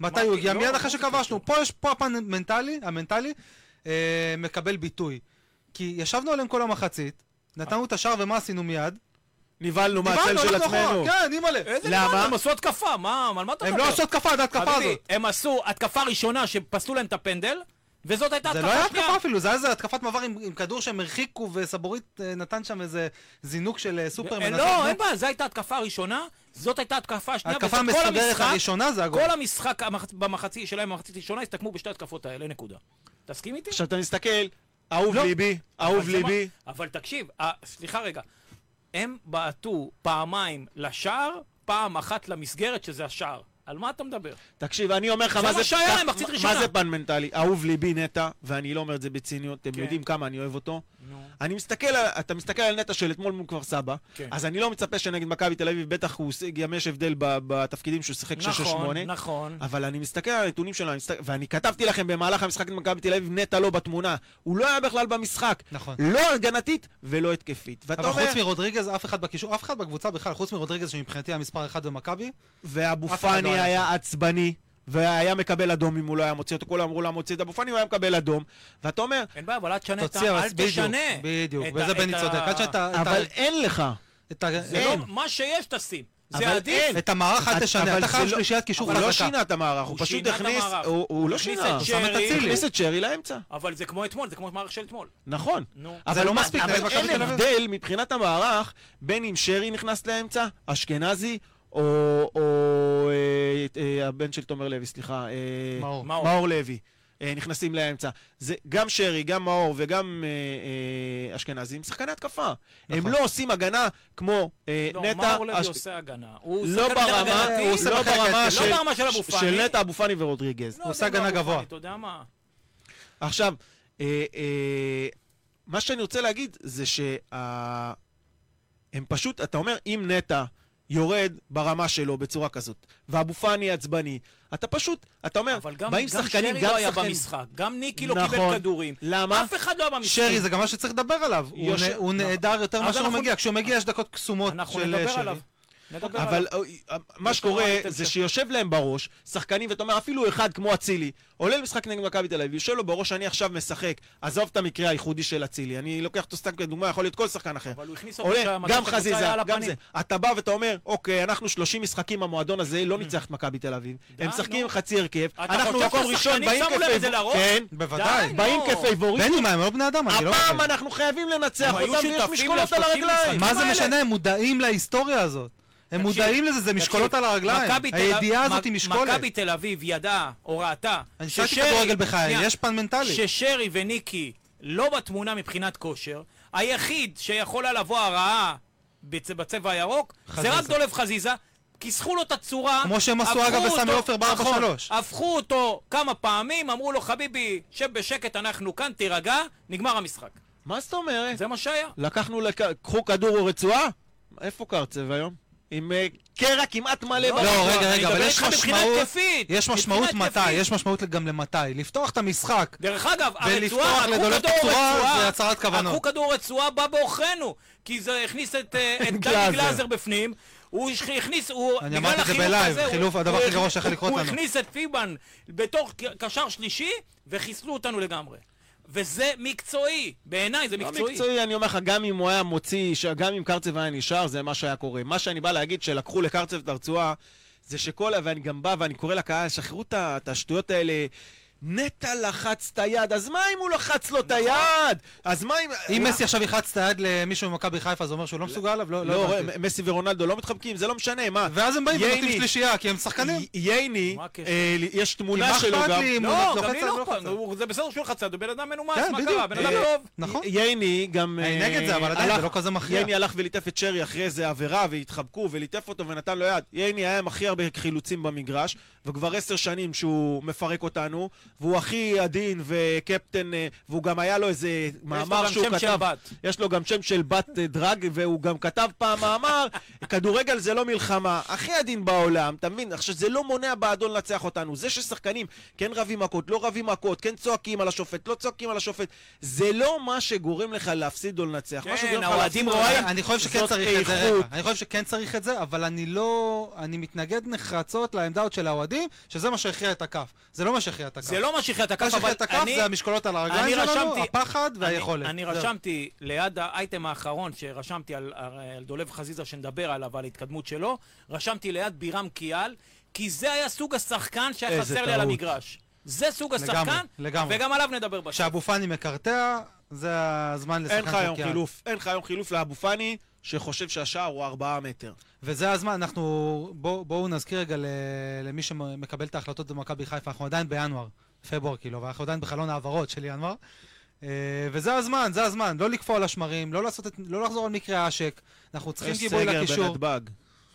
D: מתי
B: לא,
D: הוא הגיע? מיד אחרי שכבשנו. פה יש, פה הפן מנטלי, המנטלי, אה, מקבל ביטוי. כי ישבנו עליהם כל המחצית, נתנו את השער ומה עשינו מיד?
C: נבהלנו לא מהצל
D: דיברנו,
C: של
D: הלכנו אחורה,
C: עצמנו.
D: כן, אימא'לה.
B: איזה
C: למה?
B: למה? הם עשו התקפה, מה? על מה אתה
D: הם
B: מדבר?
D: לא עשו התקפה, זה ההתקפה
B: חביבי,
D: הזאת.
B: הם עשו התקפה ראשונה שפסלו להם את הפנדל, וזאת הייתה
D: זה
B: התקפה
D: לא היה
B: שנייה.
D: התקפה אפילו, זה היה איזה התקפת מעבר עם עם כדור שהם הרחיקו וסבורית אה, נתן שם איזה זינוק של אה, סופרמן.
B: לא, אין בעיה, זו הייתה התקפה הראשונה, זאת הייתה התקפה השנייה,
D: ההתקפה
B: וזה כל
D: המסודרת
B: המשחק-
D: הראשונה זה הגול.
B: כל המשחק המח- במחצית שלהם, במחצית הראשונה, הסתכמו בשתי התקפות האלה, נקודה. תסכים איתי?
C: עכשיו אתה מסתכל, אהוב
B: לא.
C: ליבי, אהוב
B: אבל זה מה-
C: ליבי.
B: אבל תקשיב, אה, סליחה רגע. הם בעטו פעמיים לשער, פעם אחת למסגרת, שזה השער. על מה אתה מדבר?
C: תקשיב, אני אומר לך,
B: זה
C: מה
B: מה
C: זה...
B: שהיה
C: כך-
B: להם, מחצית
C: מה-
B: ראשונה.
C: מה זה פן מנטלי? אהוב ליבי נטע, ואני לא אומר את זה בציניות, אתם
B: כן.
C: יודעים כמה אני אוהב אותו.
B: נו.
C: אני מסתכל, על- אתה מסתכל על נטע של אתמול מול כפר סבא,
B: כן.
C: אז אני לא מצפה שנגד מכבי תל אביב, בטח הוא עושה- גם יש הבדל ב- בתפקידים שהוא שיחק 6 או 8.
B: נכון, נכון.
D: אה.
C: אבל אני מסתכל על הנתונים שלו, אני מסתכל- ואני כתבתי לכם במהלך המשחק נגד מכבי תל אביב, נטע לא בתמונה. הוא לא היה בכלל במשחק.
D: נכון.
C: לא הגנתית ולא התקפית. ואתה
D: אבל
C: אומר,
D: חוץ מרודריגז, אף אחד בקישור, אף אחד בקבוצה בכלל, חוץ מרודריגז שמבחינתי המספר אחד במכבי,
C: ואבו
D: אף אחד לא
C: פאני
D: היה
C: היה עצבני, והיה מקבל אדום אם הוא לא היה מוציא אותו, כולם אמרו לו מוציא את אבו פאני, הוא היה מקבל אדום. ואתה אומר,
B: אין בעיה, אבל אל תשנה את ה...
D: תוציא, אבל
B: אל תשנה.
D: בדיוק,
B: את
D: וזה
B: ה-
D: בני
B: את ה-
D: צודק, עד שאתה, את ה-
C: אבל אין לך.
D: את ה-
B: זה
D: אין.
B: לא... מה שיש תשים. זה
C: אבל
B: עדיף.
C: אין.
D: את המערך
C: אבל-
D: אל תשנה,
C: אבל
D: אתה
C: זה
D: חייב
C: לא-
D: שלישיית קישור
C: הוא לא
D: חזקה.
C: שינה את המערך, הוא
B: הוא
C: פשוט
B: שינה את
C: הכניס,
B: המערך.
C: הוא- הוא לא
B: הכניס
C: שינה.
B: את
C: הוא שם את
B: שרי.
C: אצילי. הכניס את שרי לאמצע.
B: אבל זה כמו אתמול, זה כמו מערך של אתמול.
C: נכון.
B: נו.
C: אבל
D: לא
C: מה-
D: מספיק, נגד
C: אבל
D: מכבי
C: אין
D: תל אביב.
C: הבדל מבחינת המערך בין אם שרי נכנס לאמצע, אשכנזי, או או, אה, אה, הבן של תומר לוי, סליחה, אה,
D: מאור.
B: מאור.
C: מאור לוי. אה, נכנסים לאמצע. זה גם שרי, גם מאור וגם אה, אה, אשכנזי הם שחקני התקפה. הם
D: נכון.
C: לא עושים הגנה כמו אה,
B: לא,
C: נטע...
B: מאור לוי
C: אש-
B: עושה הגנה. הוא
C: לא
B: שחקן יותר
C: ברמה,
B: הגנתי.
D: הוא עושה
C: לא
D: בחלק
C: ברמה
D: ההתקפי.
C: של-
B: לא ברמה של אבו
C: ש-
B: פאני.
C: של נטע, אבו פאני ורודריגז.
B: לא,
D: הוא
B: זה
D: עושה הגנה
B: מאור
D: גבוה.
B: פאני, אתה יודע מה?
C: עכשיו, אה, אה, מה שאני רוצה להגיד זה שהם פשוט, אתה אומר, אם נטע יורד ברמה שלו בצורה כזאת, ואבו פאני עצבני, אתה פשוט, אתה אומר,
B: אבל גם
C: באים
B: גם
C: שחקנים,
B: שרי
C: גם
B: לא היה
C: שחקנים.
B: במשחק. גם ניקי לא
C: נכון.
B: קיבל כדורים.
C: למה?
B: אף אחד לא היה במשחק.
D: שרי זה גם מה שצריך לדבר עליו, הוא
C: יוש-
D: נ- הוא
C: נכון.
D: נהדר יותר
B: אז
D: מאשר הוא
B: אנחנו-
D: מגיע, כשהוא מגיע יש דקות קסומות
B: אנחנו
D: של אה,
B: נדבר
D: שרי.
B: עליו. נדבר עליו.
C: אבל אה,
B: לא
C: מה שקורה
B: אייטם
C: זה
B: ש-
C: שיושב להם בראש שחקנים, ואתה אומר, אפילו אחד כמו אצילי, עולה למשחק נגד מכבי תל אביב, יושב לו בראש, אני עכשיו משחק, עזוב את המקרה הייחודי של אצילי, אני לוקח אותו סתם כדוגמה, יכול להיות כל שחקן אחר.
B: אבל הוא הכניס אותו
C: עולה,
B: כשהמגן
C: גם
B: של הקבוצה
C: חזיזה,
B: היה על
C: גם
B: הפנים.
C: זה. אתה בא ואתה אומר, אוקיי, אנחנו 30 משחקים במועדון הזה, לא ניצח את מכבי תל אביב.
B: די,
C: הם משחקים
B: נו.
C: חצי הרכב,
B: אתה
C: אנחנו
B: חושב
C: מקום ראשון,
B: שהשחקנים
C: באים
B: שמו להם את זה
C: כפייבוריט.
B: לראש?
C: כן,
D: בוודאי.
B: די,
C: באים
B: נו.
C: כפייבוריט.
D: בני, מה, הם לא בני אדם, אני לא...
C: הפעם
D: מבין.
C: אנחנו חייבים לנצח
B: הם היו
C: אותם, ויש
B: שותפים
C: משקולות על
B: ל-30
C: הרגליים.
D: מה זה
C: האלה?
D: משנה? הם מודעים להיסטוריה הזאת. הם
B: תקשיב,
D: מודעים לזה, זה משקולות
B: תקשיב,
D: על הרגליים.
B: מכבי תל-
D: הידיעה הזאת
B: מק-
D: היא משקולת.
B: מכבי תל אביב ידעה או ראתה
D: אני שאלתי כדורגל בחיי,
B: שנייה,
D: יש פן מנטלי.
B: ששרי וניקי לא בתמונה מבחינת כושר, היחיד שיכול היה לבוא הרעה בצ- בצבע הירוק,
D: חזיזה.
B: זה רק דולב חזיזה. כיסחו לו את הצורה,
D: כמו שהם עשו,
B: הפכו
D: אגב,
B: אותו-
D: בסמי עופר ב- 4-3.
B: נכון, הפכו אותו כמה פעמים, אמרו לו חביבי, שב בשקט, אנחנו כאן, תירגע, נגמר המשחק.
C: מה זאת אומרת?
B: זה מה שהיה.
C: לקחנו, לק- קחו כדור או רצועה? איפה קרצב היום? עם אה, קרע כמעט מלא.
B: לא,
C: ברצועה.
D: לא, רגע,
B: אני
D: רגע,
B: מדבר
D: אבל יש
B: איתך מבחינה
D: משמעות,
B: התקפית,
D: יש
B: מבחינה
D: משמעות מתי,
B: התקפית.
D: יש משמעות גם למתי. לפתוח את המשחק,
B: דרך אגב,
D: ולפתוח
B: הרצועה, עקרו
D: לדולב
B: כדור
D: תצורה,
B: רצועה,
D: זה הצהרת כוונות.
B: עקרו כדור רצועה בא בעוכרינו, כי זה הכניס את אה, את
C: גלאזר.
B: דני גלאזר בפנים, הוא הכ- הכניס, הוא,
D: אני
B: בגלל
D: אמרתי את זה
B: החילוף
D: בלייב,
B: הזה, הוא-
D: חילוף, הדבר
B: הוא
D: הכי גרוע
B: הכ-
D: שיכול לקרות
B: הוא
D: לנו.
B: הכניס את פיבן בתור ק- קשר שלישי, וחיסלו אותנו לגמרי. וזה מקצועי, בעיניי זה
C: לא
B: מקצועי.
C: מקצועי, אני אומר לך, גם אם הוא היה מוציא, ש- גם אם קרצב היה נשאר, זה מה שהיה קורה. מה שאני בא להגיד, שלקחו לקרצב את הרצועה, זה שכל, ואני גם בא ואני קורא לקהל, שחררו את ה- את השטויות האלה. נטע לחץ את היד, אז מה אם הוא לחץ לו את היד? אז מה אם...
D: נכון.
C: לא
D: אם מסי עכשיו יחץ את היד למישהו ממכבי חיפה, זה אומר שהוא לא מסוגל עליו? לא,
C: לא,
D: לא
C: רואה,
D: הבנתי.
C: מסי ורונלדו לא מתחבקים, זה לא משנה, מה?
D: ואז הם באים ונותנים
C: ייני.
D: שלישייה, כי הם שחקנים.
C: ייני,
B: מה הקשר?
C: אה, יש
D: כי
C: תמונה
D: מה
C: שלו
D: אכפת
C: גם.
D: לי אם הוא
B: לא,
D: לוחץ
B: גם
D: על
B: לי לא
D: לוחץ.
B: אכפת, הוא- זה בסדר שהוא לחצן, הוא בן אדם מנומס,
D: כן,
B: מה
D: בדיוק.
B: קרה? בן אדם
C: אה,
B: טוב.
D: נכון.
C: ייני גם...
D: אני
C: אה,
D: נגד זה, אבל
C: הלך-
D: עדיין זה לא כזה מכריע.
C: ייני הלך וליטף את שרי אחרי איזה עבירה, והתחבקו, וליטף אותו ונתן לו יד. ייני היה עם הכי הרבה חילוצים במגרש, וכבר עשר שנים שהוא מפרק אותנו, והוא הכי עדין וקפטן, אה, והוא גם היה לו איזה מאמר
B: יש לו
C: שהוא
B: גם שם של
C: כתב.
B: בת.
C: יש לו גם שם של בת אה, דרג, והוא גם כתב פעם מאמר, כדורגל זה לא מלחמה, הכי עדין בעולם, אתה מבין? עכשיו, זה לא מונע באדון לנצח אותנו. זה ששחקנים כן רבים מכות, לא רבים מכות, כן צועקים על השופט, לא צועקים על השופט, זה לא מה שגורם לך להפסיד או לנצח.
B: כן,
C: מה שגורם לך
B: האוהדים
C: להפסיד-
B: רואים.
D: אני חושב שכן
C: זאת
D: צריך את זה,
C: איכות.
D: רגע. אני חושב שכן צריך את זה, אבל אני לא... אני מתנגד נחרצות לעמדות של האוהדים, שזה מה שהכריע את הכף. זה לא מה שהכריע את הכף.
B: זה לא מה שהכריע את
D: מה
B: הכף,
D: שהכריע
B: אבל
D: את הכף
B: אני...
D: זה המשקולות על הרגליים
B: אני
D: שלנו,
B: רשמתי-
D: הפחד
B: אני-
D: והיכולת.
B: אני
D: זהו.
B: רשמתי ליד האייטם האחרון שרשמתי על, על דולב חזיזה שנדבר עליו, על ההתקדמות שלו, רשמתי ליד בירם קיאל, כי זה היה סוג השחקן שהיה
C: איזה
B: חסר לי על
C: טעות.
B: המגרש. זה סוג
D: לגמרי,
B: השחקן,
D: לגמרי.
B: וגם עליו נדבר בסוף.
D: כשאבו פאני מקרטע, זה הזמן לשחקן
C: אין לך היום
D: חוקי על.
C: חילוף, אין לך היום חילוף לאבו פאני, שחושב שהשער הוא ארבעה מטר.
D: וזה הזמן, אנחנו... בוא- בואו נזכיר רגע ל- למי שמקבל את ההחלטות במכבי חיפה, אנחנו עדיין בינואר, פברואר כאילו, ואנחנו עדיין בחלון ההעברות של ינואר. אה, וזה הזמן, זה הזמן, לא לקפוא על השמרים, לא, לעשות את, לא לחזור על מקרה האשק, אנחנו צריכים
C: יש
D: גיבוי
C: סגר
D: לקישור.
C: בנתב"ג.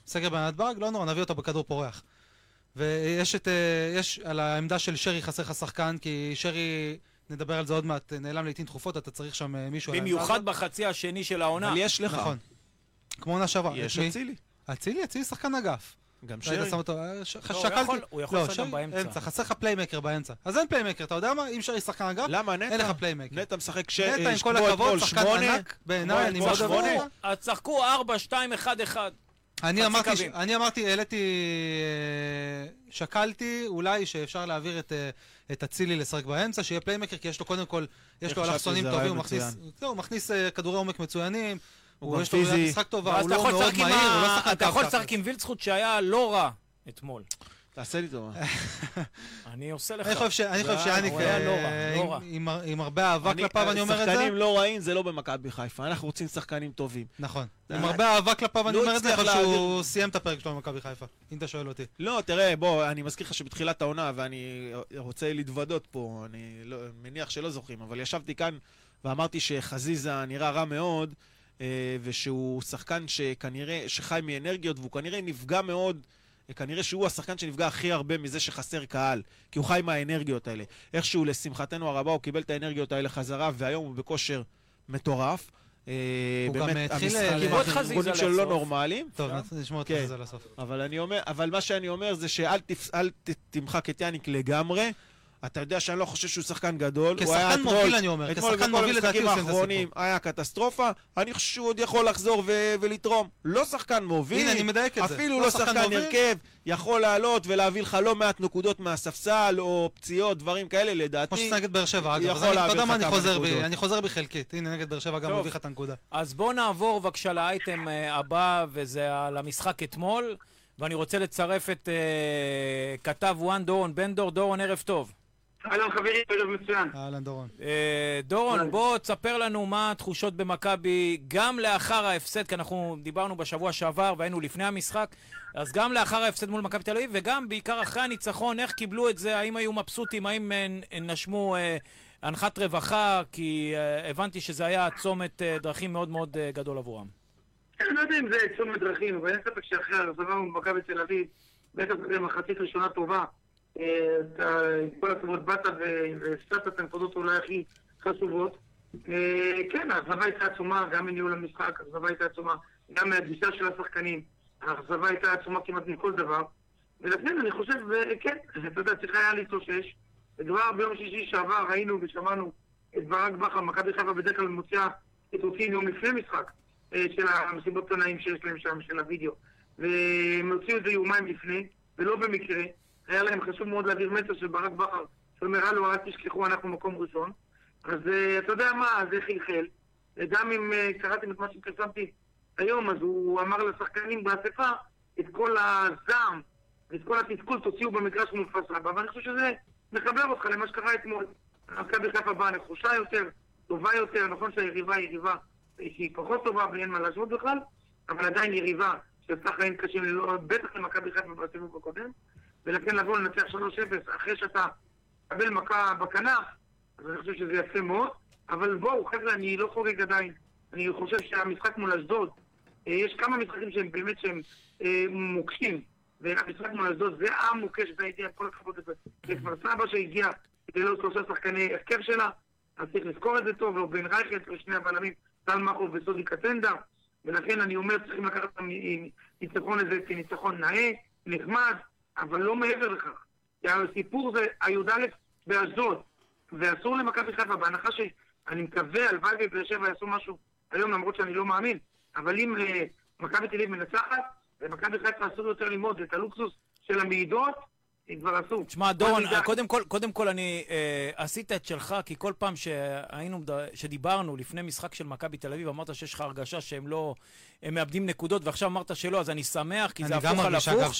D: סגר בנתב"ג, לא נורא, נביא אותו בכדור פורח. ויש את... אה, יש על העמדה של שרי חסר לך שחקן, כי שרי, נדבר על זה עוד מעט, נעלם לעיתים תכופות, אתה צריך שם אה, מישהו... על העמדה הזאת.
B: במיוחד בחצי השני של העונה.
C: אבל יש לך.
D: נכון. כמו עונה שעברה.
C: יש
D: את מי?
C: אצילי.
D: אצילי, אצילי שחקן אגף.
C: גם
D: רגע,
C: שרי.
D: שם אותו, אה, ש-
B: לא, הוא
D: שקלתי-
B: יכול- הוא יכול
D: לא,
B: לשחק גם
D: שרי,
B: באמצע.
D: אמצע, חסר לך פליימקר באמצע. אז אין פליימקר, אתה יודע מה? אם שרי שחקן אגף,
C: למה
D: אין
C: נטע?
D: לך פליימקר.
C: נטע משחק ש...
D: נטע, עם
C: אה,
D: כל
C: כמו
D: הכבוד,
C: אתמול,
D: שחקן
C: שמונה.
D: ענק, בעיניי, אני
C: אתמול
D: מאוד אוהב
B: צחקו-
C: שמונה.
D: אותו.
B: אז צחקו 4, 2, 1, 1.
D: אני
B: חצי
D: אמרתי, ש-
B: קווים.
D: אני אמרתי, העליתי, אה, שקלתי אולי שאפשר להעביר את, אה, את אצילי לשחק באמצע, שיהיה פליימקר, כי יש לו קודם כל,
C: אני
D: יש לו
C: חשבתי
D: אלכסונים
C: שזה
D: טובים, הוא
C: רעיון
D: מכניס,
C: מצוין.
D: לא, הוא מכניס אה, כדורי עומק מצוינים,
C: הוא
D: הוא
C: גם
D: יש לו ראיית
C: פיזי.
D: משחק טובה,
B: ואז
D: הוא
B: אתה
D: לא
B: יכול
D: מאוד
B: לשחק עם
D: מהיר, הוא לא
C: אה,
B: ה-
D: שחקן
B: אתה יכול
D: קו-קו.
B: לשחק עם וילצחוט שהיה לא רע אתמול.
C: תעשה לי טובה.
B: אני עושה לך.
D: אני חושב ש- אני חושב
C: זה-
D: שיאניק,
B: הוא היה לא רע,
D: אה,
B: לא
D: עם-
B: רע.
D: עם הר- עם הרבה אהבה
C: אוקיי. אני-
D: כלפיו, אני אומר את זה.
C: שחקנים לא רעים זה לא במכבי חיפה, אנחנו רוצים שחקנים טובים.
D: נכון.
C: אה,
D: עם הרבה אהבה כלפיו, אני
C: לא
D: אומר את זה,
C: הצליח
D: אבל שהוא
C: להעביר-
D: סיים את הפרק שלו במכבי חיפה, אם אתה שואל אותי.
C: לא, תראה, בוא, אני מזכיר לך שבתחילת העונה, ואני רוצה להתוודות פה, אני לא, מניח שלא זוכרים, אבל ישבתי כאן ואמרתי שחזיזה נראה רע מאוד, אה, ושהוא שחקן שכנראה, שחי מאנרגיות, והוא כנראה נפגע מאוד, אה, כנראה שהוא השחקן שנפגע הכי הרבה מזה שחסר קהל, כי הוא חי מהאנרגיות האלה. איכשהו, לשמחתנו הרבה, הוא קיבל את האנרגיות האלה חזרה, והיום הוא בכושר מטורף. אה,
D: הוא גם
C: באמת,
D: התחיל, אה,
C: המשחקים
D: כיבוד
B: חזיזה
C: האחרונים שלו לא
B: לסוף.
C: נורמליים.
D: טוב,
B: אפשר?
D: נ- נשמור את
C: כן.
D: זה לסוף.
C: אבל אני אומר, אבל מה שאני אומר זה שאל תפ, אל ת, תמחק את יאניק לגמרי. אתה יודע שאני לא חושב שהוא שחקן גדול. הוא היה
D: כשחקן
C: אתמול-
D: מוביל, אני אומר,
C: אתמול
D: כשחקן
C: בכל
D: מוביל לדעתי
C: המשחקים
D: הוא סיים את הסיפור.
C: האחרונים היה קטסטרופה, אני חושב שהוא עוד יכול לחזור ו- ולתרום. לא שחקן מוביל,
D: הנה, אני מדייק את זה.
C: אפילו לא שחקן
D: מוביל,
C: הרכב, יכול לעלות ולהביא לך לא מעט נקודות מהספסל, או פציעות, דברים כאלה,
D: כמו
C: לדעתי.
D: שזה נגד באר שבע, אגב.
C: יכול
D: אז אני- אתה
C: להעביר
D: יודע מה,
C: לך
D: אני
C: כמה
D: חוזר בי,
C: נקודות.
D: אני חוזר בי חלקית. הנה, נגד באר שבע גם
B: טוב.
D: מביא לך את הנקודה.
B: אז בואו נעבור בבקשה לאייטם אה, הבא, וזה על המשחק אתמול, ואני רוצה לצרף את אה, כתב וואן דורון בן דור. דורון, ערב טוב.
E: אהלן חברים, ערב מצוין.
D: אהלן דורון.
B: אה, דורון, בוא תספר לנו מה התחושות במכבי גם לאחר ההפסד, כי אנחנו דיברנו בשבוע שעבר והיינו לפני המשחק, אז גם לאחר ההפסד מול מכבי תל אביב, וגם בעיקר אחרי הניצחון, איך קיבלו את זה, האם היו מבסוטים, האם אה, נ- נשמו אה, אנחת רווחה, כי אה, הבנתי שזה היה צומת אה, דרכים מאוד מאוד אה, גדול עבורם.
E: אני לא יודע אם זה צומת דרכים, אבל אין ספק שאחרי הרזמה ממכבי תל אביב, בטח במחצית ראשונה טובה, אה, אתה עם כל הכבוד באת ו- והפסדת את הנקודות אולי הכי חשובות. אה, כן, האכזבה הייתה עצומה, גם מניהול המשחק, האכזבה הייתה עצומה, גם מהגישה של השחקנים, האכזבה הייתה עצומה כמעט מכל דבר. ולכן אני חושב, אה, כן, אתה יודע, צריך היה להתאושש. וכבר ביום שישי שעבר ראינו ושמענו את ברק בכר, מכבי חיפה בדרך כלל מוציאה ציטוטים יום לפני משחק אה, של המסיבות עונאים שיש להם שם, של הוידאו. והם הוציאו את זה יומיים לפני, ולא במקרה. היה להם חשוב מאוד להעביר מסר של ברק בכר, שאומר, הלו, אל תשכחו, אנחנו מקום ראשון. אז אה, אתה יודע מה, זה חלחל. וגם אם אה, קראתם את מה שפרסמתי היום, אז הוא אמר לשחקנים באספה את כל הזעם ואת כל התסכול תוציאו במגרש מול כפר סבא, ואני חושב שזה מחבר אותך למה שקרה אתמול. מכבי חיפה באה נחושה יותר, טובה יותר, נכון שהיריבה היא יריבה שהיא פחות טובה ואין מה להשוות בכלל, אבל עדיין יריבה שעשתה חיים קשים, לא, בטח למכבי חיפה בסיבוב הקודם, ולכן לבוא לנצח 3-0 אחרי שאתה מקבל מכה בכנף, אז אני חושב שזה יפה מאוד, אבל בואו, חבר'ה, אני לא חוגג עדיין. אני חושב שהמשחק מול אשדוד, אה, יש כמה משחקים שהם באמת שהם אה, מוקשים, והמשחק מול אשדוד זה המוקש והגיע, כל הכבוד לזה. לכפר סבא שהגיע ללא שלושה שחקני הרכב שלה, אז צריך לזכור את זה טוב, לא בן רייכל, שני הבלמים, טל מחוב וסודי קטנדה, ולכן אני אומר, צריכים לקחת את הניצחון הזה כניצחון נאה, נחמד, אבל לא מעבר לכך. כי הסיפור זה הי"א באשדוד, ואסור למכבי חיפה, בהנחה ש... אני מקווה, הלוואי ובאר שבע יעשו משהו היום, למרות שאני לא מאמין, אבל אם אה, מכבי תל אביב מנצחת, למכבי חיפה אסור יותר ללמוד, את הלוקסוס של המעידות, הם כבר עשו.
B: תשמע, דורון, אה,
E: בוא נדע.
B: קודם כל, קודם כל אני אה, עשית את שלך, כי כל פעם שהיינו, מד- שדיברנו לפני משחק של מכבי תל אביב, אמרת שיש לך הרגשה שהם לא, הם מאבדים נקודות, ועכשיו אמרת שלא, אז אני שמח, כי זה
D: אני
B: הפוך
D: גם
B: על
D: מרגיש,
B: הפוך.
D: אגב,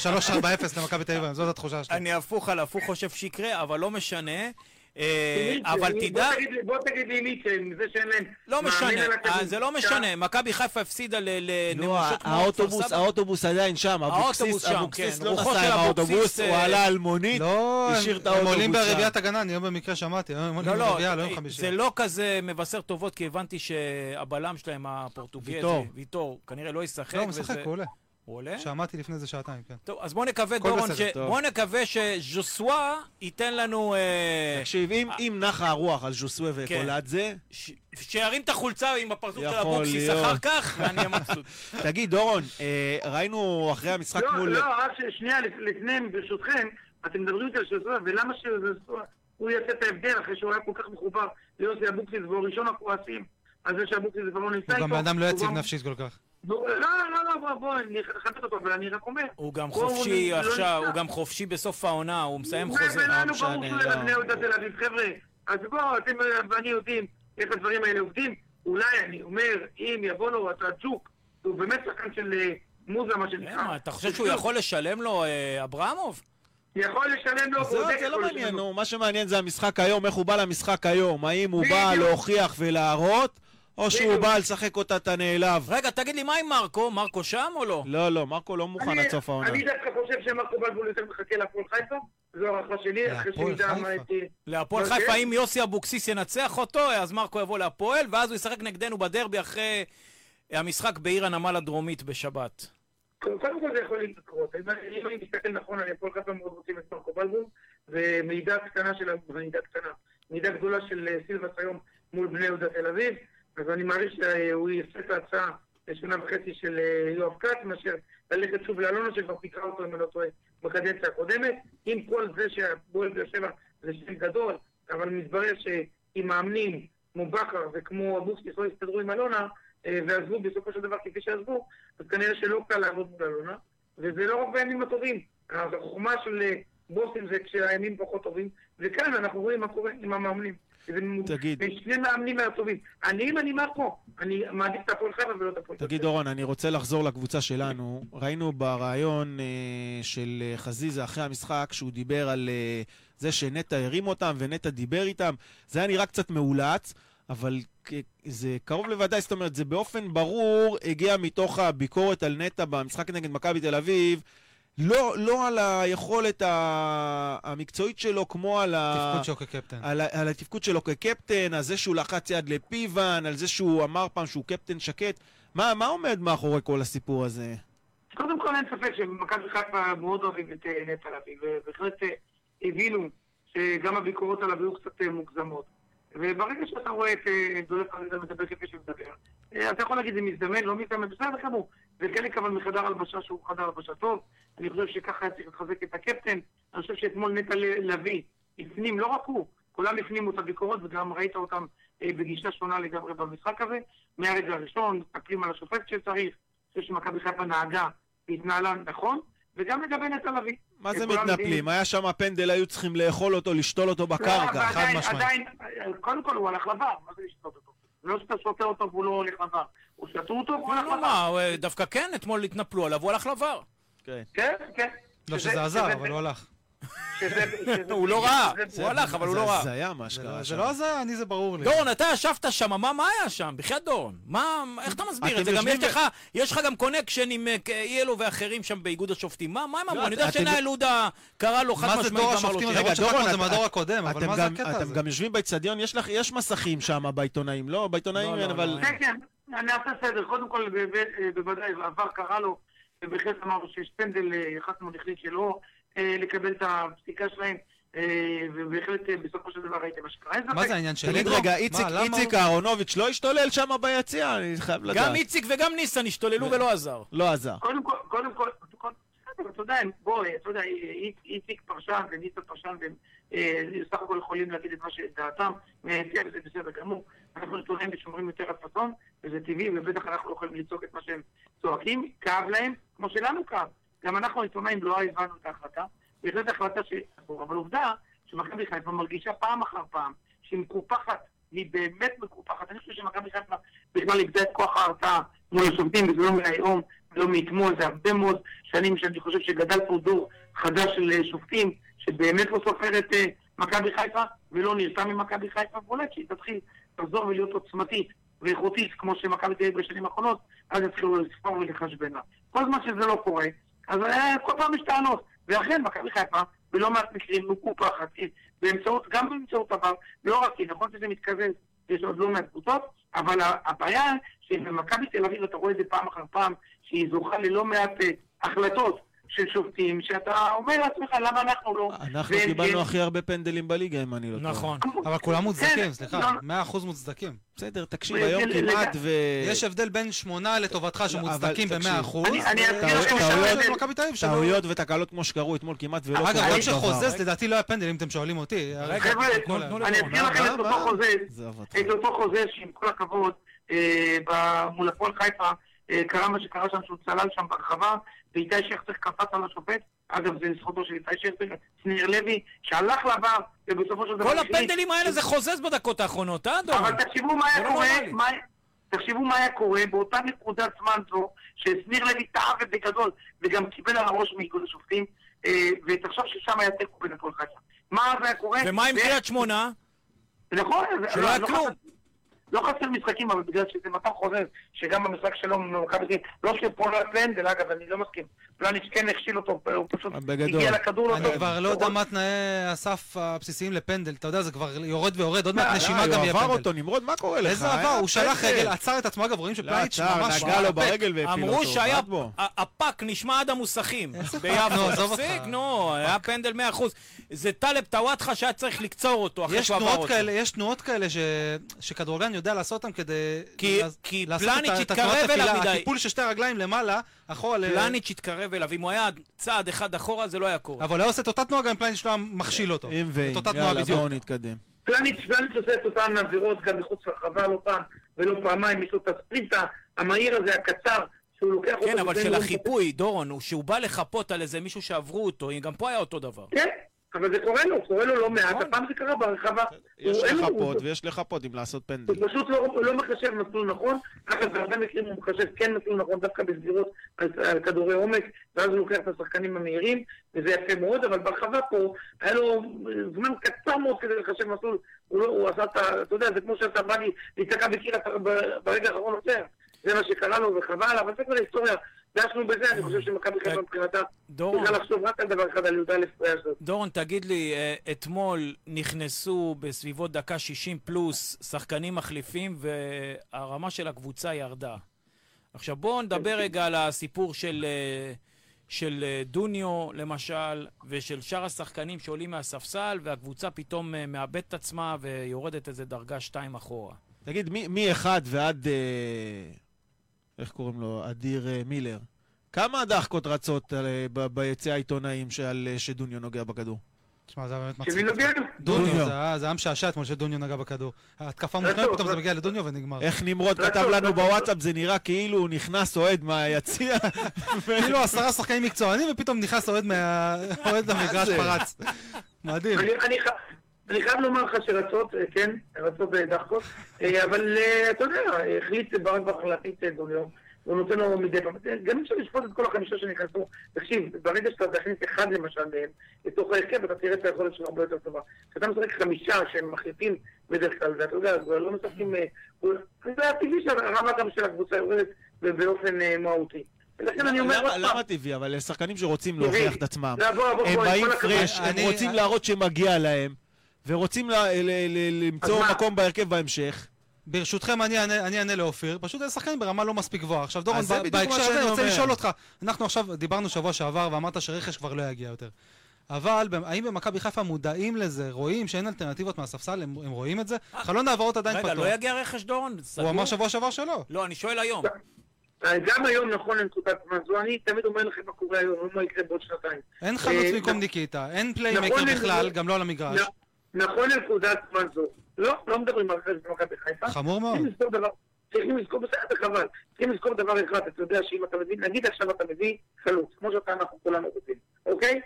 D: שהיום 3-4-0 למכבי תל אביב, זאת התחושה שלי.
B: אני הפוך על הפוך חושב שיקרה, אבל לא משנה. אה,
E: מיץ',
B: אבל
E: בוא
B: תדע...
E: תגיד לי- בוא תגיד לי מיץ', עם זה שאין להם...
B: לא
E: מאמן
B: משנה,
E: על
B: אה,
E: הכדור.
B: זה לא משנה, מכבי חיפה הפסידה ל-
C: אה,
D: לא,
C: נו,
B: לנמושות כמו
C: האוטובוס, האוטובוס עדיין שם,
B: האוטובוס
C: אבוקסיס
B: שם,
C: אבוקסיס
B: כן.
C: לא
B: רוחו של
C: נסע עם
B: אבוקסיס,
C: האוטובוס, הוא
B: אה,
C: עלה על מונית,
D: לא, הם-
C: השאיר את
D: הם עולים
C: האוטובוס שם.
D: ברביעיית הגנה, אני היום במקרה שמעתי, הם עולים
B: לא, לא,
D: ברביעייה, לא יום
B: אה,
D: חמישי.
B: זה לא כזה מבשר טובות, כי הבנתי שהבלם שלהם, הפורטוגזי,
C: ויטור.
B: ויטור, כנראה לא ישחק.
D: לא, הוא
B: וזה- כן?
D: משחק, הוא עולה.
B: הוא עולה?
D: שמעתי לפני זה שעתיים, כן.
B: טוב, אז בוא נקווה,
D: הכל
B: דורון, ש...
D: בסדר,
C: טוב.
B: בוא נקווה שז'וסווה ייתן לנו... אה,
C: תקשיב, אם- אם נחה הרוח על ז'וסווה וקולאדזה,
B: ש... שירים את החולצה עם הפרצוף של
C: יכול
B: אבוקסיס
C: להיות.
B: אחר כך, ואני אהיה מבסוט.
C: תגיד, דורון, אה, ראינו אחרי המשחק
E: כן. לא,
C: מול...
E: לא, רק ש- שנייה, לפ- לפני, ברשותכם, אתם מדברים איתי על שזוהר, ולמה שזוהר, הוא יעשה את ההבדל אחרי שהוא היה כל כך מחובר ליוסי אבוקסיס, והוא ראשון הכועסים על זה שאבוקסיס כבר לא נמצא
D: הוא
E: איתו.
D: גם בן אדם לא
E: הוא
D: יציב
E: גם-
D: נפשית כל כך.
E: לא, לא, לא, לא, בוא, בוא, אני אחפש אותו, אבל אני רק אומר.
B: הוא גם
E: בוא, הוא
B: חופשי
E: לא
B: עכשיו,
E: נמצא.
B: הוא גם חופשי בסוף העונה, הוא מסיים
E: ו-
B: חוזה.
E: ולנו
C: לא
E: ברור
C: משנה,
E: שהוא
C: לא.
E: לבני יהודה תל אביב, חבר'ה. אז בואו, אתם ואני יודעים איך הדברים האלה עובדים. אולי, אני אומר, אם יבוא לו הצעצוק, הוא באמת שחקן של אה, מוזה, מה שנקרא.
B: למה, אה, אתה חושב שהוא
E: שוב,
B: יכול לשלם לו אה, אברמוב?
E: יכול לשלם לו,
C: זה
E: והוא
C: לא-
E: עודד
C: זה לא
E: יכול
C: מעניין,
E: לשלם לו.
C: נו, מה שמעניין זה המשחק היום, איך הוא בא למשחק היום, האם הוא בא
E: בדיוק.
C: להוכיח ולהראות, או שהוא
E: בדיוק.
C: בא לשחק אותה אתה נעלב.
B: רגע, תגיד לי, מה עם מרקו? מרקו שם או לא?
C: לא, לא, מרקו לא מוכן
E: אני-
C: עד סוף העונה.
E: אני דווקא חושב שמרקו בלבול יותר מחכה להפועל חיפה, זו הערכה שלי, אחרי שהוא
D: להפועל
E: ידע
D: חיפה.
E: מה את...
B: להפועל
E: אוקיי.
B: חיפה, אם יוסי אבוקסיס ינצח אותו, אה, אז מרקו יבוא להפועל, ואז הוא ישחק נגדנו בדרבי אחרי המשחק בעיר הנמל הדרומית בשבת.
E: קודם כל זה יכול לקרות, אם אני- אם אני מסתכל נכון, אני הפועל חיפה מאוד רוצים את מרקו בלבול, ומעידה קטנה של... מעידה קטנה, מעידה גדולה של אה, סילבס היום מול בני יהודה תל אביב, אז אני מעריך שהוא יעשה את ההצעה לשנה וחצי של אה, יואב כץ, מאשר ללכת שוב לאלונה, שכבר פיקרה אותו, אם אני לא טועה, בקדנציה הקודמת, עם כל זה שהפועל באר שבע זה שם גדול, אבל מתברר שעם מאמנים כמו בכר וכמו אבוקסיס לא הסתדרו עם אלונה, אה, ועזבו בסופו של דבר כפי שעזבו, אז כנראה שלא קל לעבוד מול אלונה, וזה לא רק בימים הטובים. החוכמה של אה, בוסים זה כשהימים פחות טובים, וכאן אנחנו רואים מה קורה עם המאמנים. זה מ-
C: תגיד.
E: בין שני מאמנים מהטובים. אני, אם אני מרקו, אני מעדיף את הפועל חיפה ולא את הפועל
C: תגיד,
E: חיפה.
C: דורון, אני רוצה לחזור לקבוצה שלנו. ראינו בריאיון אה, של אה, חזיזה אחרי המשחק, שהוא דיבר על אה, זה שנטע הרים אותם ונטע דיבר איתם. זה היה נראה קצת מאולץ, אבל כ- זה קרוב לוודאי, זאת אומרת, זה באופן ברור הגיע מתוך הביקורת על נטע במשחק נגד מכבי תל אביב. לא, לא על היכולת ה- המקצועית שלו, כמו על ה...
D: תפקוד שוקי קפטן.
C: על, ה- על התפקוד שלו כקפטן, על זה שהוא לחץ יד לפיוון, על זה שהוא אמר פעם שהוא קפטן שקט. מה, מה עומד מאחורי כל הסיפור הזה?
E: קודם כל אין ספק שמכבי חיפה מאוד אוהבים את אה, נטע לביא, ובהחלט אה, הבינו שגם הביקורות עליו היו קצת אה, מוגזמות. וברגע שאתה רואה את אה, דולף חריזה מדבר כפי שהוא מדבר, אה, אתה יכול להגיד זה מזדמן, לא מזדמן, בסדר גמור. זה חלק אבל מחדר הלבשה שהוא חדר הלבשה טוב. אני חושב שככה היה צריך לחזק את הקפטן. אני חושב שאתמול נטע ל- לביא הפנים, לא רק הוא, כולם הפנימו את הביקורות וגם ראית אותם אה, בגישה שונה לגמרי במשחק הזה. מהרגע הראשון, מסתכלים על השופט שצריך, אני חושב שמכבי חיפה נהגה והתנהלה נכון, וגם לגבי נטע לביא.
C: מה זה
E: כולם
C: מתנפלים?
E: יודעים-
C: היה שם פנדל, היו צריכים לאכול אותו, לשתול אותו
E: לא,
C: בקרקע.
E: אבל עדיין-
D: משמעית.
E: עדיין, קודם כל הוא הלך לבר, מה זה לשתות אותו? לא שאתה שותה אותו והוא לא הולך לבר. הוא שתו אותו והוא הלך
B: לא,
E: לבר.
B: מה, הוא, אה, דווקא כן, אתמול התנפלו עליו, הוא הלך לבר.
E: כן, כן.
D: לא שזה עזר, אבל הוא הלך.
E: שזה... שזה-
B: הוא לא ראה,
E: שזה-
B: הוא הלך, אבל הוא
F: זה
B: לא ראה.
F: הזיה מה
D: זה
F: שקרה
D: לא-
F: שם.
D: זה לא הזיה, אני זה ברור לי.
B: דורון, אתה ישבת שם, מה, מה היה שם? בחייאת דורון. מה, איך אתה מסביר
F: אתם
B: את זה? גם יש
F: יושבים ו-
B: לך, יש לך גם קונקשן עם אה, אילו ואחרים שם באיגוד השופטים. מה, מה הם אמרו? אני יודע
F: אתם-
B: שנאל עודה קרא לו חד
D: מה זה
B: משמעית
D: דור
B: ואמר לו
D: השופטים?
B: ש...
F: רגע,
D: רגע,
F: דורון,
D: דורון, זה
F: אתה-
D: מהדור הקודם, אבל
F: אתם
D: מה זה
F: גם-
D: הקטע
F: אתם
D: הזה?
F: גם יושבים באצטדיון, יש לך- יש מסכים שם בעיתונאים, לא? בעיתונאים
B: לא,
F: אין,
B: לא,
F: אבל...
B: לא,
E: כן, כן, אני אעשה סדר. קודם כל, ב- ב- בוודאי, עבר קרא לו, ובהחלט אמר שיש פנדל, אה, חכמון החליט שלא אה, לקבל את הפסיקה שלהם, אה, ובהחלט אה, בסופו של דבר ראיתי מה שקרה. אין
D: מה
E: ספק.
D: זה העניין של
F: תגיד
D: אגו?
F: רגע,
D: מה,
F: איציק-
D: למה הוא-
F: איציק אהרונוביץ' לא השתולל שם ביציע? אני חייב לדעת.
B: גם איציק וגם ניסן השתוללו ולא עזר.
F: לא עזר.
E: קודם כל, קודם כל, קודם- בסדר, אתה יודע, בוא, אתה יודע, איציק- איציק פרשן וניסן פרשן, והם אה, סך הכל יכולים להגיד את מה שדעתם, מהיציע, וזה בסדר גמור. אנחנו נתונים ושומרים יותר על פאסון, וזה טבעי, ובטח אנחנו לא יכולים לצעוק את מה שהם צועקים, כאב להם, כמו שלנו כאב. גם אנחנו העיתונאים לא הבנו את ההחלטה, בהחלט החלטה ש... אבל עובדה שמכבי חיפה מרגישה פעם אחר פעם שהיא מקופחת, היא באמת מקופחת. אני חושב שמכבי חיפה בכלל איבדה את כוח ההרתעה מול השופטים, וזה לא מהיום, לא מאתמול, זה הרבה מאוד שנים שאני חושב שגדל פה דור חדש של אה, שופטים, שבאמת לא סופר את אה, מכבי חיפה, ולא נרתע ממכבי חיפה, ואולי כשהיא תתחיל, תחזור ולהיות עוצמתית ואיכותית, כמו שמכבי תל אביב בשנים האחרונות, אז יתחילו לספור ולחשבן לה. כל זמן שזה לא קורה, אז אה, כל פעם יש טענות. ואכן, מכבי חיפה, בלא מעט מקרים, מקופחת, אה, באמצעות, גם באמצעות עבר, לא רק היא, נכון שזה מתכוון, יש עוד לא מעט קבוצות, אבל ה- הבעיה שבמכבי תל אביב, אתה רואה את זה פעם אחר פעם, שהיא זוכה ללא מעט אה, החלטות של שופטים, שאתה אומר לעצמך, למה אנחנו לא...
F: אנחנו
E: ואין-
F: קיבלנו
E: ואין-
F: הכי הרבה פנדלים בליגה, אם אני לא טועה.
B: נכון.
D: אבל כולם
E: כן,
D: מוצדקים, סליחה,
E: לא,
D: 100% מוצדקים.
F: בסדר, תקשיב,
E: הוא
F: היום
E: יגיע ל-
F: כמעט ו...
B: אה,
D: יש הבדל בין שמונה לטובתך שמוצדקים
F: אבל
D: ב-100%,
E: אני- אני אסביר
D: ויש
F: לכם
D: פה שער
F: טעויות-
D: של מכבי תל אביב שלא-
F: טעויות ותקלות כמו שקרו אתמול כמעט ולא קורה.
D: אגב,
E: אני-
D: גם
F: שום
D: שחוזז
F: דבר.
D: לדעתי לא היה פנדל, אם אתם שואלים אותי.
B: רגע,
E: חבר'ה,
B: תנו- תנו
E: אני
B: לדורון,
E: אזכיר
B: אה?
E: לכם את
F: מה?
E: אותו חוזה,
F: זה עבד.
E: את אותו חוזה שעם כל הכבוד, אה, ב- מול הפועל חיפה, אה, קרה מה שקרה שם, שהוא צלל שם ברחבה, ואיתי שכטר קפץ על השופט, אגב זה זכותו של איתי שכטר, שניר לוי, שהלך לעבר, ובסופו של דבר...
B: כל
E: החליט-
B: הפנדלים האלה זה חוזז בדקות האחרונות, אה, דורון?
E: אבל תחשבו מה
B: זה
E: היה
B: לא
E: קורה,
B: נורמלי.
E: מה- תחשבו מה היה קורה באותה נקודת זמן זו, ששניר לוי טעה ובגדול, וגם קיבל על הראש מאיגוד השופטים, אה, ותחשוב ששם היה תיקו בין הכל חיפה. מה אז היה קורה?
B: ומה עם
E: ו-
B: קריית שמונה?
E: נכון, אז-
B: שלא
E: לא-
B: היה
E: לא
B: כלום.
E: חסר- לא חסר משחקים, אבל בגלל שזה מתן חוזר, שגם במשחק שלו מול מכבי תל אביב, לא שפה לא היה פנדל, אגב, אני לא מסכים. פלניץ' כן הכשיל אותו, הוא פשוט
B: אה,
F: בגדול.
E: הגיע לכדור לא טוב.
D: אני כבר לא יודע מה תנאי הסף הבסיסיים לפנדל, אתה יודע, זה כבר יורד ויורד, עוד
B: אה,
E: אה,
D: מעט נשימה
F: די,
B: לא,
D: גם
F: אה,
D: יהיה
F: הוא עבר
D: פנדל.
F: אותו, נמרוד, מה קורה לך? אה,
D: איזה עבר,
F: היה
D: הוא שלח
F: פנדל.
D: רגל, אה, עצר את עצמו, אגב, רואים
F: לא,
D: שפלייץ'
F: עצר,
D: ממש...
F: נגע לו
D: בעט.
F: ברגל והפיל אותו.
B: אמרו שהיה,
F: בעט בו.
B: ה- הפאק נשמע עד המוסכים.
D: נו,
B: ביפו,
D: עזוב אותך.
B: תפסיק, נו, היה פנדל 100%. זה טלב טוואטחה שהיה צריך לקצור אותו אחרי
D: יש
B: שהוא עבר
D: תנועות
B: אותו.
D: כאלה, יש תנועות כאלה ש- שכדורגלן יודע לעשות אותן כדי...
B: כי-
D: לעשות
B: כי
D: את
B: פלניץ'
D: ה- את
B: התקרב
D: התנועת
B: אליו
D: הפילה,
B: מדי.
D: הטיפול של שתי הרגליים למעלה, אחורה ל...
B: פלניץ' התקרב אליו, אם הוא היה צעד אחד אחורה זה לא היה קורה.
D: אבל הוא היה עושה את אותה תנועה, גם אם פלניץ' לא היה מכשיל אותו.
F: אם ואם,
D: את אותה תנועה
F: יאללה, בואו
D: בדיוק.
F: נתקדם.
E: פלניץ' פלניץ' עושה את אותן עבירות גם מחוץ לרחבה לא פעם ולא פעמיים, יש לו את הספרינט המהיר הזה, הקצר, שהוא לוקח אותו... לא-
B: כן, אבל
D: לא
E: ובין
B: של
E: הוא-
B: החיפוי, דורון, הוא שהוא בא לחפות על איזה מישהו שעברו אותו, גם פה היה אותו דבר.
E: כן, אבל זה קורה לו, קורה לו לא
B: נכון.
E: מעט, הפעם זה קרה ברחבה.
F: יש
E: הוא- אין לו-
F: לחפות
E: הוא-
F: ויש לחפות אם לעשות פנדל.
E: הוא פשוט לא, לא מחשב מסלול נכון, אגב בהרבה מקרים הוא מחשב כן מסלול נכון דווקא בסגירות על, על כדורי עומק, ואז הוא לוקח את השחקנים המהירים, וזה יפה מאוד, אבל ברחבה פה היה לו זמן קצר מאוד כדי לחשב מסלול, הוא, לא, הוא עשה את ה... אתה יודע, זה כמו שאתה בא לי להיתקע בקיר, אתה ב- ברגע האחרון עוצר, זה מה שקרה לו וחבל, אבל זה כבר היסטוריה, דשנו בזה, אני חושב שמכבי חיפה מבחינתה
B: דורון,
E: צריכה לחשוב רק על דבר אחד, על י"א באשדוד.
B: דורון, תגיד לי, אה, אתמול נכנסו בסביבות דקה 60 פלוס שחקנים מחליפים והרמה של הקבוצה ירדה. עכשיו בואו נדבר רגע על הסיפור של, אה, של אה, דוניו, למשל, ושל שאר השחקנים שעולים מהספסל, והקבוצה פתאום אה, מאבדת את עצמה ויורדת איזה דרגה שתיים אחורה.
F: תגיד, מי- מאחד ועד... אה, איך קוראים לו? אדיר אה, מילר. כמה הדחקות רצות על, אה, ב- ביציע העיתונאים שעל, אה, שדוניו נוגע בכדור?
D: תשמע, זה היה באמת
E: שמי
D: מצחיק.
E: נוגע?
D: דוניו,
F: דוניו.
D: זה היה- זה היה משעשע אתמול שדוניו נגע בכדור. ההתקפה מותנית,
E: רצוף,
D: פתאום זה
E: רצוף.
D: מגיע לדוניו ונגמר.
F: איך נמרוד
E: רצוף,
F: כתב לנו
E: רצוף.
F: בוואטסאפ, זה נראה כאילו הוא נכנס אוהד מהיציע.
E: כן,
D: כאילו עשרה שחקנים מקצוענים, ופתאום נכנס אוהד מה- אוהד למגרש
F: זה?
D: פרץ. מדהים.
E: אני, אני, ח- אני חייב לומר לך שרצות, אה, כן, רצות אה, דחקות, אה, אבל אה, אתה יודע, החליט ברק בכר להחליט דוניו, הוא נותן לו מדי פעם. אה, גם אי אפשר לשפוט את כל החמישה שנכנסו. תקשיב, ברגע שאתה תכניס אחד למשל מהם לתוך ההרכב, אתה תראה את היכולת שלו הרבה יותר טובה. כשאתה משחק חמישה שהם מחליטים בדרך כלל, ואתה יודע, כבר לא משחקים... אה, הוא- זה הטבעי שהרמה גם של הקבוצה יורדת באופן אה, מהותי. ולכן אני אומר עוד
F: למה-
E: פעם...
F: למה טבעי? אבל שחקנים שרוצים להוכיח את עצמם.
E: זה עבור, עבור,
F: הם
E: בוא, עם
F: באים
E: כל הכבוד.
F: פרש, הם
D: אני-
F: רוצים
D: אני-
F: להראות שמגיע להם, ורוצים ל- ל- ל- למצוא
E: אז מה?
F: מקום בהרכב בהמשך.
D: ברשותכם, אני אענה, אני אענה לאופיר. פשוט זה שחקנים ברמה לא מספיק גבוהה. עכשיו, דורון,
F: אז זה
D: ב-
F: בדיוק מה
D: בהקשר הזה,
F: שאני
D: אני רוצה
F: אומר.
D: לשאול אותך. אנחנו עכשיו דיברנו שבוע שעבר, ואמרת שרכש כבר לא יגיע יותר. אבל במ- האם במכבי חיפה מודעים לזה, רואים שאין אלטרנטיבות מהספסל, הם, הם רואים את זה?
F: אה,
D: חלון העברות עדיין
B: רגע,
D: כן, פתוח.
B: לא יגיע רכש דורון? סגור?
D: הוא אמר שבוע שעבר שלא.
B: לא, אני שואל היום.
E: גם היום נכון לנקודת זמן זו, אני תמיד אומר לכם מה קורה היום, לא מה יקרה בעוד שנתיים.
D: אין חלוץ
E: אה,
D: במקום
E: נ-
D: ניקיטה, אין פליימקר
E: נכון,
D: בכלל,
E: נ-
D: גם לא על המגרש.
E: נ- נכון לנקודת זמן זו. לא, לא מדברים על רכש במכבי חיפה.
D: חמור מאוד.
E: צריכים לזכור דבר, צריכים לזכור, בסדר, חבל. צריכים לזכור דבר אחד, אתה יודע שאם אתה מביא, נגיד עכשיו אתה מביא חלוץ, כמו שאתה אנחנו כולנו רוצים, אוקיי?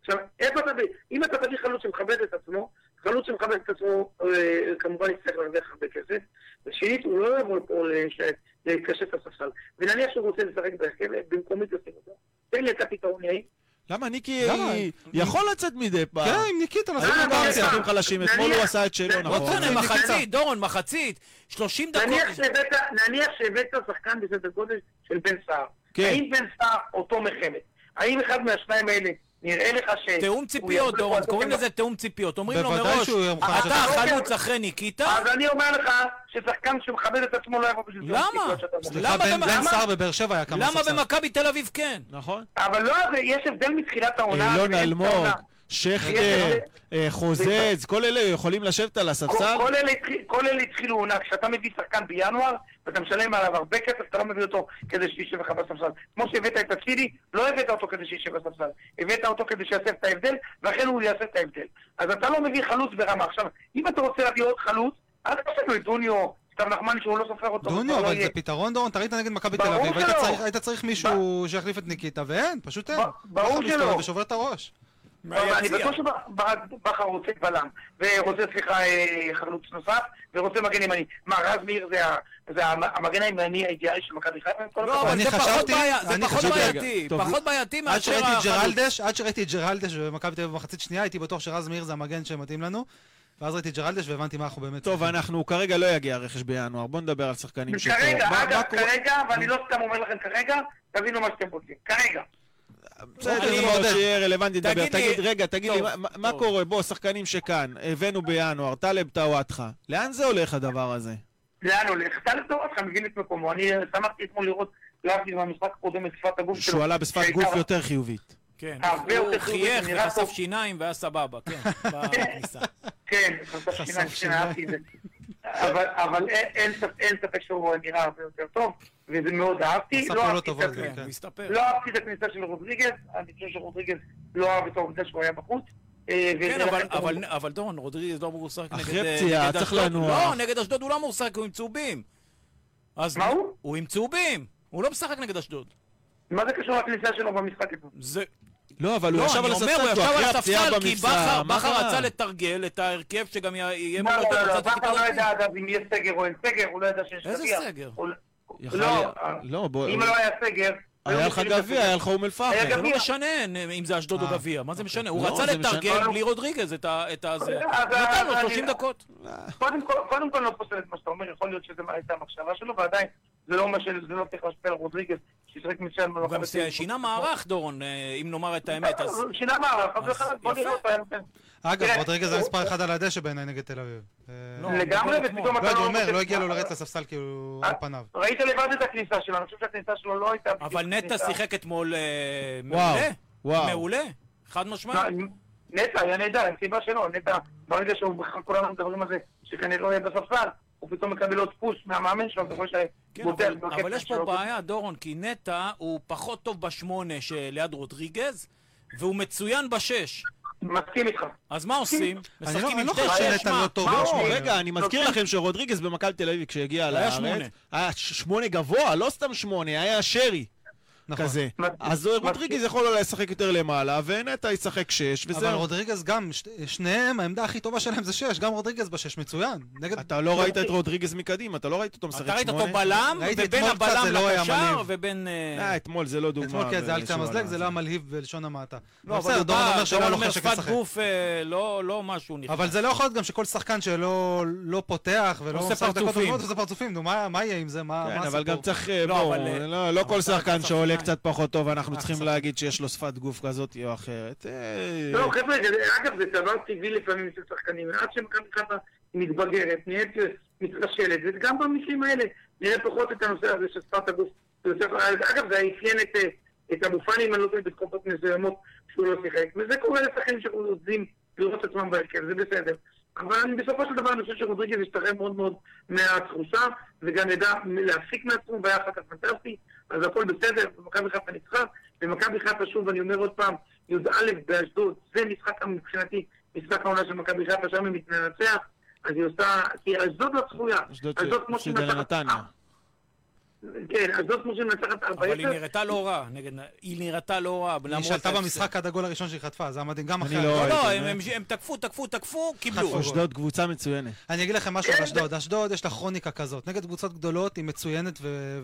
E: עכשיו, איפה אתה מביא? אם אתה תביא חלוץ שמכבד את עצמו, חלוץ שמכבד את עצמו, אה, כמובן יצטרך להרוויח הרבה כסף, ושנית, הוא לא יבוא פה לש- לקשט את הספסל. ונניח שהוא רוצה לשחק בהרכב, במקומי תשים אותו. תן לי את הפתרון, יאיר.
F: למה ניקי
D: למה?
F: יכול לצאת מדי פעם?
D: כן, עם ניקיטה,
F: היו
D: לעשות
E: אה,
F: לו
E: אבל
F: כמה
E: יש לך-
D: רוטציה.
F: משחקים חלשים, אתמול הוא
E: נניח-
F: עשה את שלו,
E: נניח-
F: נכון.
B: רוצנה,
E: ניקית.
B: מחצית, דורון, מחצית. 30 דקות.
E: נניח שהבאת, נניח שהבאת שחקן בסדר גודל של בן סער.
F: כן.
E: האם בן סער אותו מחמת? האם אחד מהשניים האלה נראה לך ש...
B: תאום
E: הוא יכול
B: ציפיות, דורון,
E: לעשות
B: קוראים
E: עם-
B: לזה תאום ציפיות. אומרים לו
D: בוודאי
B: מראש,
D: שהוא יהיה מוכן
B: אתה
E: לשתף.
B: החלוץ אחרי ניקיטה,
E: אז אני אומר לך ששחקן שמכבד את עצמו לא יבוא בשביל תאום
B: למה?
E: ציפיות שאתה אומר.
D: סליחה,
B: למה
D: בן-
B: במה-
D: בן
B: למה-
D: סער בבאר שבע היה כמה
B: למה
D: ספסל.
B: במכבי תל אביב כן?
F: נכון.
E: אבל לא, אבל יש הבדל מתחילת העונה.
F: אילון
E: ובאמצע
F: אלמוג,
E: העונה.
F: שכטר,
E: יש-
F: אה, חוזז, כל אלה יכולים לשבת על
E: כל-
F: הספסל?
E: כל אלה התחיל- כל אלה התחילו עונה, כשאתה מביא שחקן בינואר, ואתה משלם עליו הרבה כסף, אתה לא מביא אותו כדי שישב לך בספסל. כמו שהבאת את אצילי, לא הבאת אותו כדי שישב בספסל. הבאת אותו כדי שיעשה את ההבדל, ואכן הוא יעשה את ההבדל. אז אתה לא מביא חלוץ ברמה. עכשיו, אם אתה רוצה להביא עוד חלוץ, אז יש לנו את דוניו, סתיו נחמני שהוא לא סופר אותו.
D: דוניו,
E: הוא לא
D: אבל זה
E: יהיה.
D: פתרון, דורון, אתה ראית נגד מכבי תל
E: ברור
D: אביב, היית
E: שלא.
D: צריך- היית צריך מישהו שיחליף את ניקיטה, ואין, פשוט אין.
E: ב- ברור
D: אחד מסתובב
E: שלא.
D: ושובר את הראש.
E: לא, אני
B: מהיציע.
E: בטוח שבכר רוצה בלם, ורוצה, סליחה, אה, חלוץ נוסף, ורוצה מגן ימני. מה, רז מאיר זה ה- זה המ- המגן הימני האידיאלי של מכבי חיפה? עם כל
B: לא,
E: הכבוד?
B: אבל
D: אני
B: זה פחות
D: חשבתי-
B: בעיה- זה
D: אני
B: פחות
D: חשבתי-
B: בעייתי,
F: טוב,
B: פחות בעייתי
D: עד
B: מאשר
D: שראיתי את
B: החלוץ.
D: ג'רלדש, עד שראיתי את ג'רלדש במכבי תל אביב במחצית שנייה, הייתי בטוח שרז מאיר זה המגן שמתאים לנו, ואז ראיתי את ג'רלדש והבנתי מה אנחנו באמת...
F: טוב,
D: צריכים.
F: אנחנו כרגע לא יגיע רכש בינואר, בוא נדבר על שחקנים שפה.
E: כרגע,
F: מה-
E: אגב,
F: מה קורה?
E: כרגע, ואני לא סתם אומר לכם כרגע, תבינו מה שאתם רוצים. כרגע.
F: בסדר,
B: אני-
F: זה מאוד שיהיה רלוונטי
B: תגיד
F: לדבר.
B: לי-
F: תגיד, רגע, תגיד לי,
B: טוב,
F: מה- מה- מה
B: טוב.
F: קורה? בוא, שחקנים שכאן, הבאנו בינואר, טלב טוואטחה. לאן זה הולך הדבר הזה?
E: לאן הולך? טל טורתך מבין את מקומו. אני אה, שמחתי אתמול לראות, להבדיל מהמשחק הקודם, את שפת הגוף שלו.
F: שהוא עלה בשפת
E: שהייתה-
F: גוף יותר חיובית.
B: כן,
E: הרבה
B: הוא
E: יותר טוב,
B: חייך
E: זה נראה
B: וחשף
E: טוב.
B: שיניים והיה סבבה, כן, בכניסה.
E: כן, חשף שיניים, כן,
D: שיניים.
E: אהבתי את זה. אבל- אבל אין- אין ספ- אין ספק שהוא נראה הרבה יותר טוב, וזה מאוד אהבתי.
D: עשה
E: לא
D: פעולות
E: אהבתי את
D: טובות,
E: הכניסה.
B: כן,
D: כן.
B: הוא הסתפר.
E: לא אהבתי את הכניסה של רודריגז, אני חושב שרודריגז לא אהב את העובדה שהוא היה בחוץ. אה,
B: כן,
E: ולכן
B: אבל-
E: הוא-
B: אבל- אבל דורון, רודריגז לא אמור לשחק נגד...
F: אחרי
B: אה,
F: פציעה,
B: נגד
F: צריך
B: אשדוד.
F: לנוח.
B: לא, נגד אשדוד הוא לא אמור לשחק, הוא עם צהובים. אז
E: מה הוא?
B: הוא עם צהובים. הוא לא משחק נגד אשדוד.
E: מה זה קשור לכניסה שלו במשחק הזה?
B: זה...
F: לא, אבל הוא
B: לא,
F: ישב
B: אני
F: על
B: אומר, הוא
F: הספסל,
B: ישב
F: הוא
B: על
F: אחרי הפציעה
B: הספסל, כי
F: במבצע.
B: בכר
F: מה
B: בכר
F: קרה?
B: רצה לתרגל את ההרכב שגם י- יהיה
E: לא,
B: מולו את
E: לא, לא,
B: הקבוצת
E: בכר
B: הכיתה
E: לא ידע
B: הזאת.
E: עד אז אם יש סגר או אין סגר, הוא לא ידע שיש
B: איזה
E: סגר.
B: סגר?
E: הוא-
F: יכל-
E: לא,
F: לא, בוא...
E: אם לא היה סגר...
F: היה
E: היו
F: לך
E: מפעילים את
F: גביע,
E: הסגר.
F: היה לך אום אל-פחם.
E: היה
B: זה
E: גביע.
B: לא משנה אין- אם זה אשדוד או
F: אה,
B: גביע, מה זה משנה? הוא
F: לא,
B: רצה
F: זה
B: לתרגל
E: משנה.
B: בלי רודריגז את ה... את הזה.
E: אז
B: נתן לו
E: אני-
B: 30 דקות.
E: קודם כל, קודם כל לא פוסל את מה שאתה אומר, יכול להיות שזו הייתה המחשבה שלו, ועדיין זה לא מה ש... זה לא צריך להשפיע על רודריגז, שישחק מצוין
B: הוא גם
E: במחבת
B: ש- שינה מערך, דורון, אה, אם נאמר את האמת, אז...
E: אה, שינה מערך, אז
B: אז
E: בוא נראה
B: יפה.
E: אותו, היה נותן.
D: אגב,
E: תראה,
D: רודריגז זה
E: הוא-
D: מספר אחד על הדשא בעיניי נגד תל אביב. אה,
B: לא,
E: לגמרי,
B: הוא גדול
E: ופתאום
B: כמו.
E: אתה
D: לא, אני
E: מוצא-
D: אומר, לא הגיע לו לרדת לספסל כאילו
E: אה,
D: על פניו.
E: ראית לבד את הכניסה שלו, אני חושב שהכניסה שלו לא הייתה...
B: אבל
E: בדיוק
B: נטע
E: כניסה.
B: שיחק אתמול אה,
F: וואו,
B: מעולה.
F: וואו.
B: מעולה. חד משמעית.
E: לא, נטע היה נהדר, אין סיבה שלא, נטע, ברגע שהוא, כולנו מדברים על זה, שכנראה לא יהיה בספסל, הוא פתאום מקבל עוד פוש מהמאמן שלו, אתה רואה אוקיי,
B: כן, אבל, אבל יש פה בעיה, דורון, כי נטע הוא פחות טוב בשמונה שליד רודריגז, והוא מצוין בשש.
E: מסכים איתך.
B: אז מה עושים?
D: אני לא-
B: משחקים
D: אני
B: עם
D: לא
B: שתי
D: חושב
B: שש,
D: שנטע
B: מה?
D: לא טוב.
E: מה
F: לא,
E: הוא?
F: רגע, אני מזכיר לכם שרודריגז במכבי תל אביב כשהגיע
B: היה
F: לארץ,
B: שמונה.
F: היה ש- שמונה גבוה, לא סתם שמונה, היה שרי.
D: נכון.
F: כזה.
E: מה-
F: אז
E: מה-
F: רודריגז יכול אולי לשחק יותר למעלה, ונטע ישחק שש,
D: אבל
F: וזהו.
D: רודריגז גם, ש- שניהם, העמדה הכי טובה שלהם זה שש, גם רודריגז בשש מצוין. נגד...
F: אתה לא ראית את רודריגז מקדימה, אתה לא ראית אותו משחק
B: אתה ראית
F: שמונה.
B: אותו בלם,
D: ראיתי
B: ובין
D: אתמול קצת,
B: הבלם
D: זה לא היה
B: לקשר,
D: מלהיב.
B: ובין... אה,
F: אה, אתמול זה לא דוגמה.
D: אתמול כן, זה על
F: באיזשהו
D: קצה המזלג, זה
F: ענף.
D: לא היה מלהיב בלשון המעטה.
B: לא, אבל
D: בסדר,
B: הוא
D: דורון
B: בא,
D: אומר שלא
B: דורון
D: לא
B: אומר
D: חושב
B: שפת
D: לשחק.
B: גוף אה, לא לא משהו נכנס.
D: אבל זה לא יכול להיות גם שכל שחקן שלא לא פותח ולא
B: עושה
D: משחק דקות
B: פרצופים.
D: טובות, עושה פרצופים, נו מה מה יהיה עם זה, מה מה
F: כן, אבל גם
D: הסיפור?
F: צריך, אה,
B: לא,
F: בואו,
B: אבל, אה,
F: לא- לא כל
B: אבל
F: שחקן
B: צריך
F: שעולה
B: שחקן.
F: קצת פחות טוב, אנחנו
B: אה,
F: צריכים
D: שחקן.
F: להגיד שיש לו שפת גוף כזאת או אחרת. אה,
E: לא, חבר'ה, זה- אגב, זה דבר טבעי לפעמים של שחקנים, עד שמכבי חיפה מתבגרת, נהיית מתרשלת, וגם במקרים האלה נראה פחות את הנושא הזה של שפת הגוף. זה יוצא- אגב, זה אפיין את, אה, את אבו פאני, אם אני לא טועה, בתקופות מסוימות שהוא לא שיחק, וזה קורה לשחקנים שרוצים לראות את עצמם בהרכב, זה בסדר. אבל אני, בסופו של דבר אני חושב שרודריגז השתחרר מאוד מאוד מהתחושה, וגם ידע להפיק מעצמו, והיה אחר כך פנטסטי, אז הכל בסדר, ומכבי חיפה ניצחה, ומכבי חיפה, שוב, אני אומר עוד פעם, י"א באשדוד, זה משחק מבחינתי, משחק העונה של מכבי חיפה, שם היא מתנצח, אז היא עושה, כי אשדוד לא צפויה.
D: אה,
F: אשדוד
E: אשדוד כמו שהיא
F: הפסידה
E: מנצחת-
F: לנתניה.
E: כן, אשדוד כמו שהיא מנצחת ארבע
B: אבל היא
E: עשר,
B: נראתה לא רע, נגד... היא נראתה לא רע,
D: היא
B: למרות
D: שלטה
B: ההפסד.
D: במשחק עד הגול הראשון שהיא חטפה, זה היה מדהים, גם
F: אני
D: אחרי...
F: לא
D: הגול.
B: לא,
F: ראיתי,
B: לא, הם- הם
F: באמת.
B: הם תקפו, תקפו, תקפו, קיבלו.
D: חטפו.
F: אשדוד קבוצה מצוינת.
D: אני אגיד לכם משהו
E: כן,
D: על אשדוד. אשדוד, יש לה כרוניקה כזאת. נגד קבוצות גדולות היא מצוינת ו-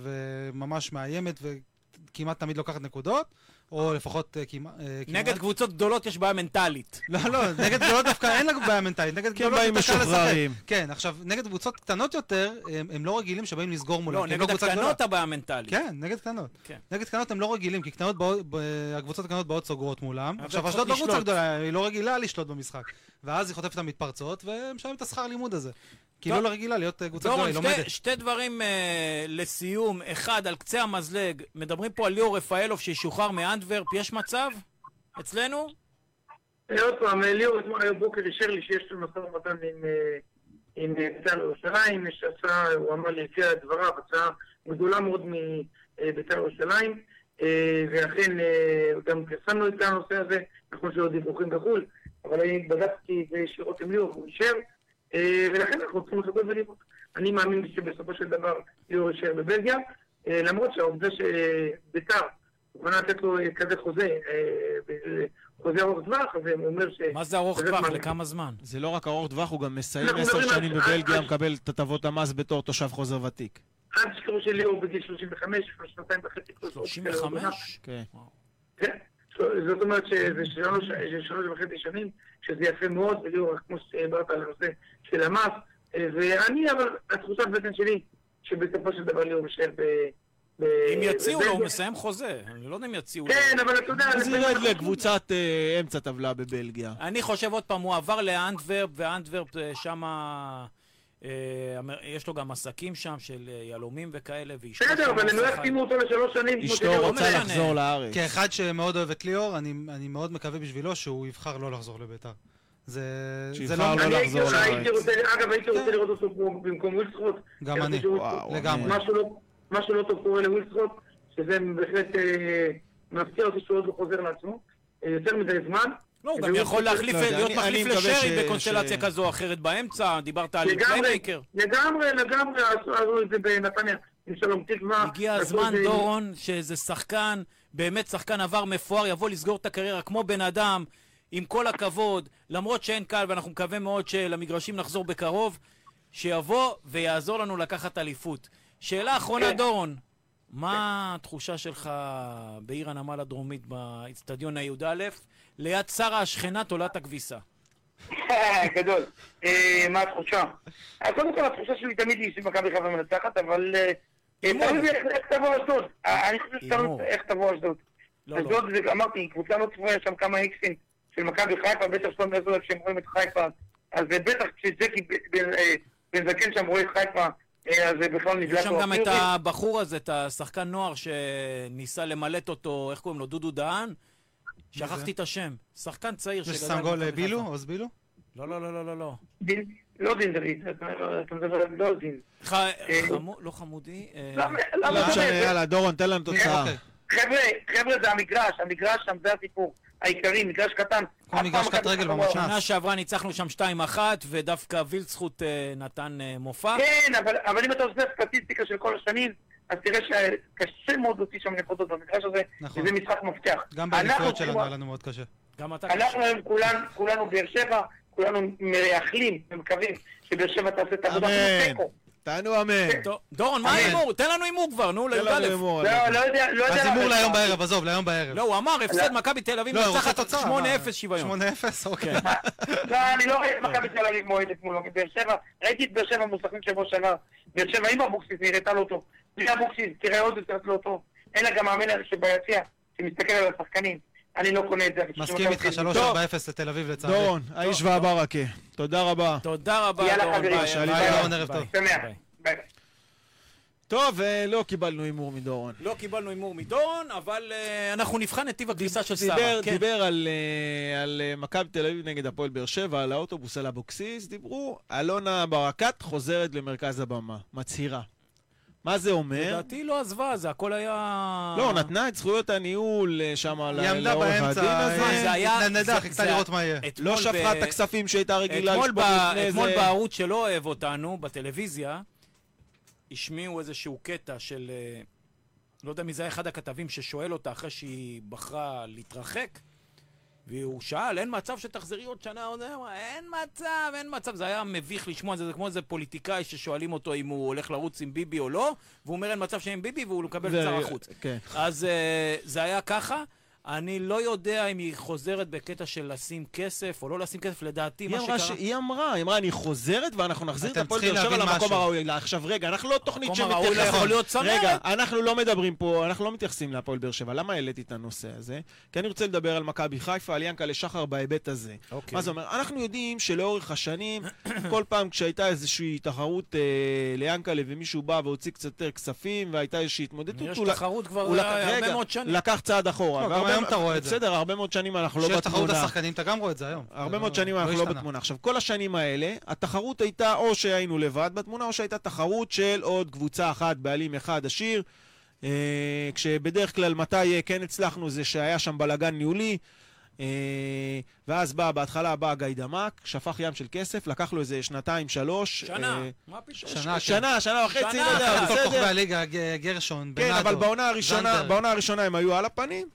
D: וממש מאיימת וכמעט תמיד לוקחת נקודות, או לפחות אה, כמעט... אה,
B: נגד
D: כמעט-
B: קבוצות גדולות יש בעיה מנטלית.
D: לא, לא, נגד גדולות דווקא אין לה בעיה מנטלית. נגד
F: כי הם
D: גדולות
F: באים
D: יותר קל לשחק.
F: משוחררים.
D: כן, עכשיו, נגד קבוצות קטנות יותר, הם, הם לא רגילים שבאים לסגור מולם.
B: לא,
D: כי הם
B: נגד
D: כן, קבוצה גדולה.
B: הקטנות הבעיה מנטלית.
D: כן, נגד קטנות.
B: כן.
D: נגד קטנות הם לא רגילים, כי קטנות באות, ב... הקבוצות הקטנות באות סוגרות מולם.
B: אבל
D: עכשיו,
B: צריכות
D: אשדוד לא קבוצה
B: לשלוט.
D: גדולה, היא לא רגילה לשלוט במשחק. ואז היא חוטפת את המתפרצות, ומשלמת את השכר לימוד הזה. כי היא
B: טוב.
D: לא רגילה להיות אה, קבוצה גדולה,
B: דורון,
D: היא
B: שתי-
D: לומדת.
B: שתי דברים אה, לסיום. אחד, על קצה המזלג, מדברים פה על ליאור רפאלוב שישוחרר מאנדוורפ, יש מצב? אצלנו?
E: אה, עוד פעם, אה, ליאור אתמול היום בוקר אישר לי שיש לו משא ומתן עם, אה, עם אה, בית"ר ירושלים, יש הצעה, הוא אמר לי לפי דבריו, הצעה גדולה מאוד מבית"ר ירושלים, אה, ואכן אה, גם פרסמנו את הנושא הזה, נכון שהיו דיווחים בחו"ל, אבל אני בדקתי את זה ישירות עם ליאור, הוא אישר, אה, ולכן אנחנו צריכים לחכות ולראות. אני מאמין שבסופו של דבר ליאור יישאר בבלגיה, אה, למרות שהעובדה שבית"ר מוכנה לתת לו אה, כזה חוזה, אה, ב- חוזה ארוך טווח, אז הוא אומר ש...
B: מה זה ארוך
E: זה
B: טווח?
E: זמן.
B: לכמה זמן?
F: זה לא רק ארוך טווח, הוא גם מסיים
E: אנחנו
F: עשר
E: מדברים
F: שנים
E: על-
D: אה,
F: בבלגיה,
E: על-
F: מקבל את הטבות המס בתור תושב חוזר ותיק.
E: עד שחרור של ליאור בגיל 35, כבר שנתיים וחצי. פלוס עוד שתי עונה.
B: 35?
F: כן.
E: כן. זאת אומרת שזה שלוש, זה שלוש וחצי שנים, שזה יפה מאוד, וליאור, כמו שדיברת על הנושא של המס, אה, ואני, אבל התחושת בטן שלי, שבסופו של דבר ליאור יישאר ב... ב-
B: אם יציעו לו, הוא
E: בבלגיה.
B: מסיים חוזה. אני לא יודע אם יציעו לו.
E: אה, כן, אבל אתה יודע...
F: אז
C: לא
E: לפעמים
F: ירד
E: אנחנו-
F: לקבוצת אה, אמצע טבלה בבלגיה.
B: אני חושב עוד פעם, הוא עבר לאנטוורפ, ואנטוורפ אה, שמה... אה, אמר- יש לו גם עסקים שם של אה, יהלומים וכאלה, ואשתו...
E: בסדר,
B: שמה
E: אבל הם לא
B: שכר.
E: יחתימו אותו לשלוש שנים. כמו
F: אשתו
E: שליאור
F: רוצה
E: אומר.
B: משנה.
F: לחזור לארץ.
D: כאחד שמאוד אוהב את ליאור, אני, אני מאוד מקווה בשבילו שהוא יבחר לא לחזור לביתר. זה, זה
F: שיבחר
D: לא...
F: לא
E: אני הייתי-
F: לחזור לארץ.
E: הייתי רוצה, אגב, הייתי רוצה לראות אותו פה במקום וילסקוט.
D: כן. גם אני.
F: וואו,
B: אה.
D: לגמרי.
F: אני-
E: משהו לא- משהו לא טוב קורה לווילסקוט, שזה בהחלט אה, מפתיע אותי שהוא עוד לא חוזר לעצמו. אה, יותר מדי זמן. אה,
B: לא, הוא גם
E: והוא-
B: יכול להחליף,
F: לא יודע,
B: להיות
F: אני- אני
B: מחליף
F: מקווה
B: לשרי
F: ש-
B: בקונסטלציה
F: ש-
B: כזו או אחרת באמצע, דיברת על
E: לגמרי.
B: פליימייקר.
E: לגמרי, לגמרי, עשו עשו את זה בנתניה עם שלום תקווה.
B: הגיע
E: עשו
B: הזמן,
E: את זה-
B: דורון, שאיזה שחקן, באמת שחקן עבר מפואר, יבוא לסגור את הקריירה כמו בן אדם, עם כל הכבוד, למרות שאין קל, ואנחנו מקווה מאוד שלמגרשים נחזור בקרוב, שיבוא ויעזור לנו לקחת אליפות. שאלה אחרונה,
E: כן.
B: דורון, מה התחושה שלך בעיר הנמל הדרומית, באיצטדיון הי"א, ליד שרה השכנה תולעת הכביסה?
E: גדול. אה, מה התחושה? אה, קודם כל, התחושה שלי תמיד היא שמכבי חיפה מנצחת, אבל... אה,
B: הימור.
E: תלוי איך איך תבוא אשדוד. אה, אני חושב
B: הימור.
E: שתלוי איך תבוא אשדוד.
B: לא, לא.
E: אשדוד, זה- אמרתי, היא קבוצה לא צפויה, יש שם כמה איקסים של מכבי חיפה, בטח שלום אזולאי כשהם רואים את חיפה, אז זה בטח כשג'קי ב- בן- אה, בן זקן שם רואה את חיפה, אה, אז זה בכלל נדלק לו.
B: יש שם גם את
E: הפיוזים.
B: הבחור הזה, את השחקן נוער שניסה למלט אותו, איך קוראים לו? דודו דהן? שכחתי את השם. שחקן צעיר שגדל...
D: ששם גול
B: במכבי
D: אה, בילו,
B: חיפה.
D: עוז בילו?
B: לא, לא, לא, לא, לא, לא.
E: דין- לא דין דוד, אתה אתה מדבר על לא דין.
B: ח- חמו- לא חמודי. אה,
E: למה,
F: לא
E: למה,
F: משנה,
E: באמת?
F: יאללה, דורון, תן לנו תוצאה.
D: אוקיי.
E: חבר'ה, חבר'ה, זה המגרש, המגרש שם זה הסיפור העיקרי, מגרש קטן.
D: כמו
E: אף
D: מגרש
E: פעם
D: קט רגל
E: מכבי
D: במתנ"ס.
E: חיפה לא-
B: שנה שעברה ניצחנו שם 2-1, ודווקא וילצחוט אה, נתן אה, מופע.
E: כן, אבל- אבל אם אתה עושה סטטיסטיקה של כל השנים, אז תראה שקשה מאוד להוציא שם נקודות במגרש הזה,
D: נכון.
E: וזה משחק מפתח.
D: גם
E: אנחנו
D: באליפויות שלנו היה
E: צריכים-
D: לנו מאוד קשה.
B: גם אתה...
E: אנחנו היום כולן- כולנו באר שבע, כולנו מייחלים ומקווים שבאר שבע תעשה את העבודה. אפילו
C: אמן.
E: תיקו.
C: תענו אמן.
B: טוב, דורון, מה
E: אמן.
B: ההימור? תן לנו הימור כבר, נו,
C: תן
B: לי"א.
C: לנו הימור עליו.
E: לא, לא יודע, לא יודע.
D: אז הימור
E: לעשות.
D: להיום בערב, עזוב, להיום בערב. לא,
B: לא, הוא אמר, הפסד מכבי תל אביב,
D: הוא רוצה
B: נצחת
D: תוצאה,
B: 8-0
D: מה?
B: שוויון. כן.
D: 8-0, אוקיי.
E: לא, אני לא רואה את מכבי תל אביב מועדת מולו, כי באר שבע, ראיתי את באר שבע מוסכים שבוע שעבר. באר שבע עם אבוקסיס נראתה לא טוב. בלי אבוקסיס תראה עוד יותר לא טוב. אין לה גם מאמן הזה שביציע, שמסתכל על השחקנים. אני לא קונה את זה. אני חושב
D: מסכים איתך,
E: שמכבי תל אביב-
D: 3-4-0 לתל אביב לצערי.
C: דורון, האיש והברכה. תודה רבה.
B: תודה רבה,
E: יאללה,
B: דורון.
E: חברים.
B: ביי,
E: שאלי,
B: ביי,
E: ביי,
B: ביי.
D: דורון, ערב
B: ביי.
D: טוב.
E: שמח.
B: ביי.
E: ביי. ביי.
C: טוב, אה, לא קיבלנו הימור מדורון.
B: לא קיבלנו הימור מדורון, אבל אה, אנחנו נבחן את טיב הכניסה של שרה.
C: דיבר,
B: כן.
C: דיבר על, אה, על אה, מכבי תל אביב נגד הפועל באר שבע, על האוטובוס, על אבוקסיס, דיברו, אלונה ברקת חוזרת למרכז הבמה, מצהירה. מה זה אומר?
B: לדעתי לא עזבה, זה הכל היה...
C: לא, נתנה את זכויות הניהול אה, שם על
D: היא עמדה
C: לעורך
D: באמצע,
C: הדין
B: מה,
C: הזה,
B: זה היה...
D: התנדנדה,
B: זה-
D: חיכתה
B: זה-
D: לראות מה יהיה.
B: אתמול
C: לא
B: ב-
C: שפכה את הכספים שהייתה רגילה
B: אתמול, ב...
C: לשפוך לפני
B: אתמול
C: זה.
B: בערוץ שלא אוהב אותנו, בטלוויזיה, השמיעו איזשהו קטע של... אה, לא יודע מי זה היה אחד הכתבים ששואל אותה אחרי שהיא בחרה להתרחק, והוא שאל, אין מצב שתחזרי עוד שנה? עוד זה?" אמרה, אין מצב, אין מצב. זה היה מביך לשמוע את זה, זה כמו איזה פוליטיקאי ששואלים אותו אם הוא הולך לרוץ עם ביבי או לא, והוא אומר אין מצב שאין ביבי, והוא מקבל את
C: זה-
B: שר החוץ.
C: כן.
B: אז אה, זה היה ככה. אני לא יודע אם היא חוזרת בקטע של לשים כסף או לא לשים כסף, לדעתי
C: היא
B: מה
C: אמרה,
B: שקרה...
C: ש... היא אמרה, היא אמרה, אני חוזרת ואנחנו נחזיר את
D: אתם
C: הפועל
D: צריכים
C: באר שבע
D: להבין
C: למקום
D: משהו.
C: הראוי. לה. עכשיו רגע, אנחנו לא תוכנית
B: המקום הראוי לא
C: שמתייחסת-
B: יכול להיות צמרת.
C: רגע, אנחנו לא מדברים פה, אנחנו לא מתייחסים להפועל באר שבע. למה העליתי את הנושא הזה? כי אני רוצה לדבר על מכבי חיפה, על ינקלה שחר בהיבט הזה.
B: אוקיי.
C: מה זה אומר? אנחנו יודעים שלאורך השנים, כל פעם כשהייתה איזושהי תחרות אה, ליאנקלה ומישהו בא והוציא קצת יותר כספים והייתה איזושהי התמודדות,
B: יש
C: הוא ל-
B: תחרות כבר
C: הוא לקח-
B: הרבה
C: רגע,
B: מאוד שנים.
C: לקח צעד אחורה.
D: לא, גם
C: והרבה-
D: היום אתה רואה את זה.
C: בסדר, הרבה מאוד שנים אנחנו לא
D: כשיש תחרות
C: בתמונה.
D: לשחקנים, אתה גם רואה את זה היום.
C: הרבה
D: זה
C: מאוד שנים אנחנו לא
D: השתנה.
C: בתמונה. עכשיו, כל השנים האלה, התחרות הייתה או שהיינו לבד בתמונה, או שהייתה תחרות של עוד קבוצה אחת, בעלים אחד עשיר. אה, כשבדרך כלל מתי אה, כן הצלחנו זה שהיה שם בלאגן ניהולי. אה, ואז בא, בהתחלה בא גיידמק, שפך ים של כסף, לקח לו איזה שנתיים, שלוש.
B: שנה,
C: אה,
B: מה פתאום?
D: שנה,
C: ש- שנה, שנה וחצי,
B: שנה
C: לא יודע,
B: אחת.
D: כל כוכבי
C: בסדר.
D: הליגה, ג- גרשון,
C: כן,
D: בנאדו.
C: אבל בעונה הראשונה,
D: זנדברג.
C: בעונה הראשונה הם היו על הפנים,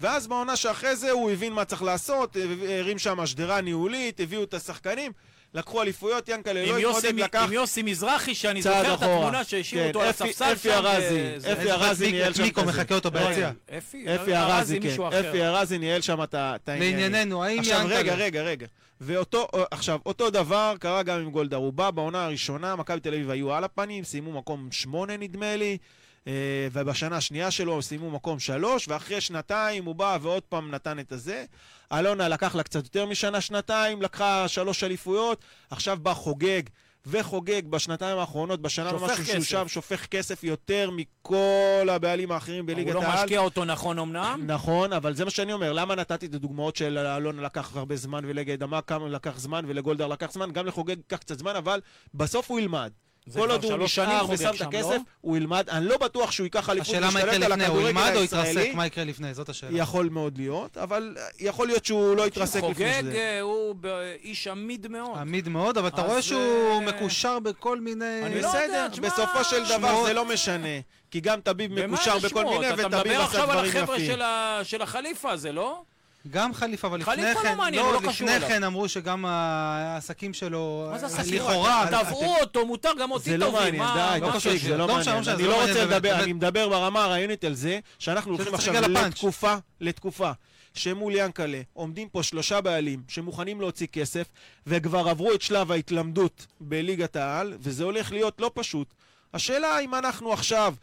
C: ואז בעונה שאחרי זה הוא הבין מה צריך לעשות, אה, הרים שם שדרה ניהולית, הביאו את השחקנים, לקחו אליפויות, ינקלה
B: עם
C: לא
B: יוסי-
C: התמודד, לקח
B: עם יוסי מזרחי, שאני
C: צעד
B: זוכר את
C: אחורה.
B: התמונה שהשאירו
C: כן,
B: אותו על
C: אפי-
B: הספסל
C: אפי
B: שם,
C: ארזי,
B: זה-
C: אפי ארזי ניהל שם
D: מיקו
C: כזה.
D: מחכה אותו
C: לא,
D: ביציע.
B: אפי,
C: אפי ארזי, כן, אפי ארזי ניהל שם את ה- את העניינים.
D: לענייננו, האם
C: עכשיו,
D: ינקלה-
C: רגע, רגע, רגע. ואותו, אה, עכשיו, אותו דבר קרה גם עם גולדהר. הוא בא בעונה הראשונה, מכבי תל אביב היו על הפנים, סיימו מקום שמונה נדמה לי, אה, ובשנה השנייה שלו הם סיימו מקום שלוש, ואחרי שנתיים הוא בא ועוד פעם נתן את הזה. אלונה לקח לה קצת יותר משנה, שנתיים, לקחה שלוש אליפויות, עכשיו בא חוגג. וחוגג בשנתיים האחרונות, בשנה
B: שופך
C: משהו שהוא
B: כסף.
C: שם, שופך כסף יותר מכל הבעלים האחרים
B: הוא
C: בליגת
B: לא
C: העל.
B: משקיע אותו נכון אמנם,
C: נכון, אבל זה מה שאני אומר. למה נתתי את הדוגמאות של אלונה לקח הרבה זמן ולגדמה כמה לקח זמן ולגולדר לקח זמן? גם לחוגג לקח קצת זמן, אבל בסוף הוא ילמד.
B: זה
C: כל
B: כבר
C: עוד הוא
B: שלוש שנים
C: נשאר
B: חוגג
C: ושם את
B: שם,
C: הכסף,
B: לא?
C: הוא ילמד. אני לא בטוח שהוא ייקח אליפות
D: השאלה מה
C: וישתלט
D: יקרה
C: על
D: לפני, הוא ילמד או יתרסק?
C: הישראלי.
D: מה יקרה לפני? זאת השאלה.
C: יכול מאוד להיות, אבל יכול להיות שהוא לא יתרסק לפני
B: חוגג
C: שזה.
B: אה, הוא ב- איש עמיד מאוד.
D: עמיד מאוד, אבל אתה
B: אז,
D: רואה שהוא
B: אה,
D: מקושר בכל מיני...
B: אני לא יודע,
C: בסדר,
B: תשמע,
C: בסופו של דבר
D: שמועות.
C: זה לא משנה. כי גם טביב
B: במה
C: מקושר בכל
B: השמועות?
C: מיני,
B: אתה
C: וטביב
B: מדבר
C: עשה
B: עכשיו על
C: דברים
B: החבר'ה
C: יפים.
B: של ה- של החליפה הזה, לא?
D: גם חליפה, אבל לפני
B: חליפה לא
D: כן...
B: מעניין, הוא לא קשור
D: לפני
B: אליו.
D: כן אמרו שגם העסקים שלו...
B: מה זה
D: אה,
B: החקירות?
D: לכאורה...
B: תבעו אותו, מותר גם אותי
C: זה
B: תובעים.
C: לא מעניין,
B: מה-
C: די,
B: מה
D: קשור,
C: תפסיק,
B: הקשר?
C: זה לא
D: לא משנה,
C: מעניין.
D: לא משנה,
C: אני
D: זה לא
C: לא
D: מעניין
C: רוצה
D: באמת,
C: לדבר,
D: באמת.
C: אני מדבר ברמה הרעיונית על זה, שאנחנו הולכים
D: צריך
C: עכשיו
D: להסתכל על הפאנץ'.
C: לתקופה, לתקופה, שמול ינקלה עומדים פה שלושה בעלים שמוכנים להוציא כסף, וכבר עברו את שלב ההתלמדות בליגת העל, וזה הולך להיות לא פשוט. השאלה אם אנחנו עכשיו...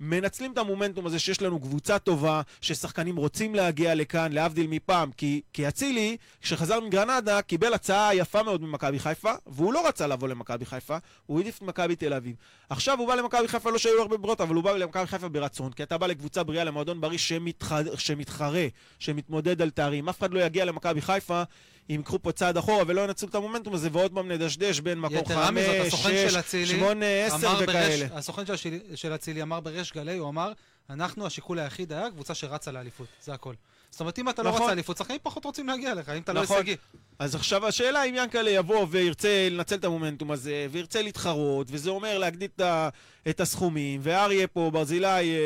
C: מנצלים את המומנטום הזה שיש לנו קבוצה טובה, ששחקנים רוצים להגיע לכאן, להבדיל מפעם. כי, כי אצילי, כשחזר מגרנדה, קיבל הצעה יפה מאוד ממכבי חיפה, והוא לא רצה לבוא למכבי חיפה, הוא העדיף את מכבי תל אביב. עכשיו הוא בא למכבי חיפה, לא שהיו לו הרבה ברירות, אבל הוא בא למכבי חיפה ברצון, כי אתה בא לקבוצה בריאה, למועדון בריא שמתח... שמתחרה, שמתמודד על תארים. אף אחד לא יגיע למכבי חיפה אם יקחו פה צעד אחורה ולא ינצלו את המומנטום הזה, ועוד פעם נדשדש בין מקום
D: יתרה מזאת,
C: חמש,
D: הסוכן
C: שש,
D: של אצילי
C: שמונה, עשר
D: אמר
C: וכאלה.
D: ברש- הסוכן של השי- של אצילי אמר בריש גלי, הוא אמר, אנחנו, השיקול היחיד היה קבוצה שרצה לאליפות, זה הכל. זאת אומרת, אם אתה לא
C: נכון.
D: רוצה אליפות, שחקנים פחות רוצים להגיע אליך, אם אתה לא
C: נכון.
D: הישגי.
C: אז עכשיו השאלה אם ינקלה יבוא וירצה לנצל את המומנטום הזה, וירצה להתחרות, וזה אומר להגדיל את, ה- את הסכומים, ואריה פה, ברזילי, אה,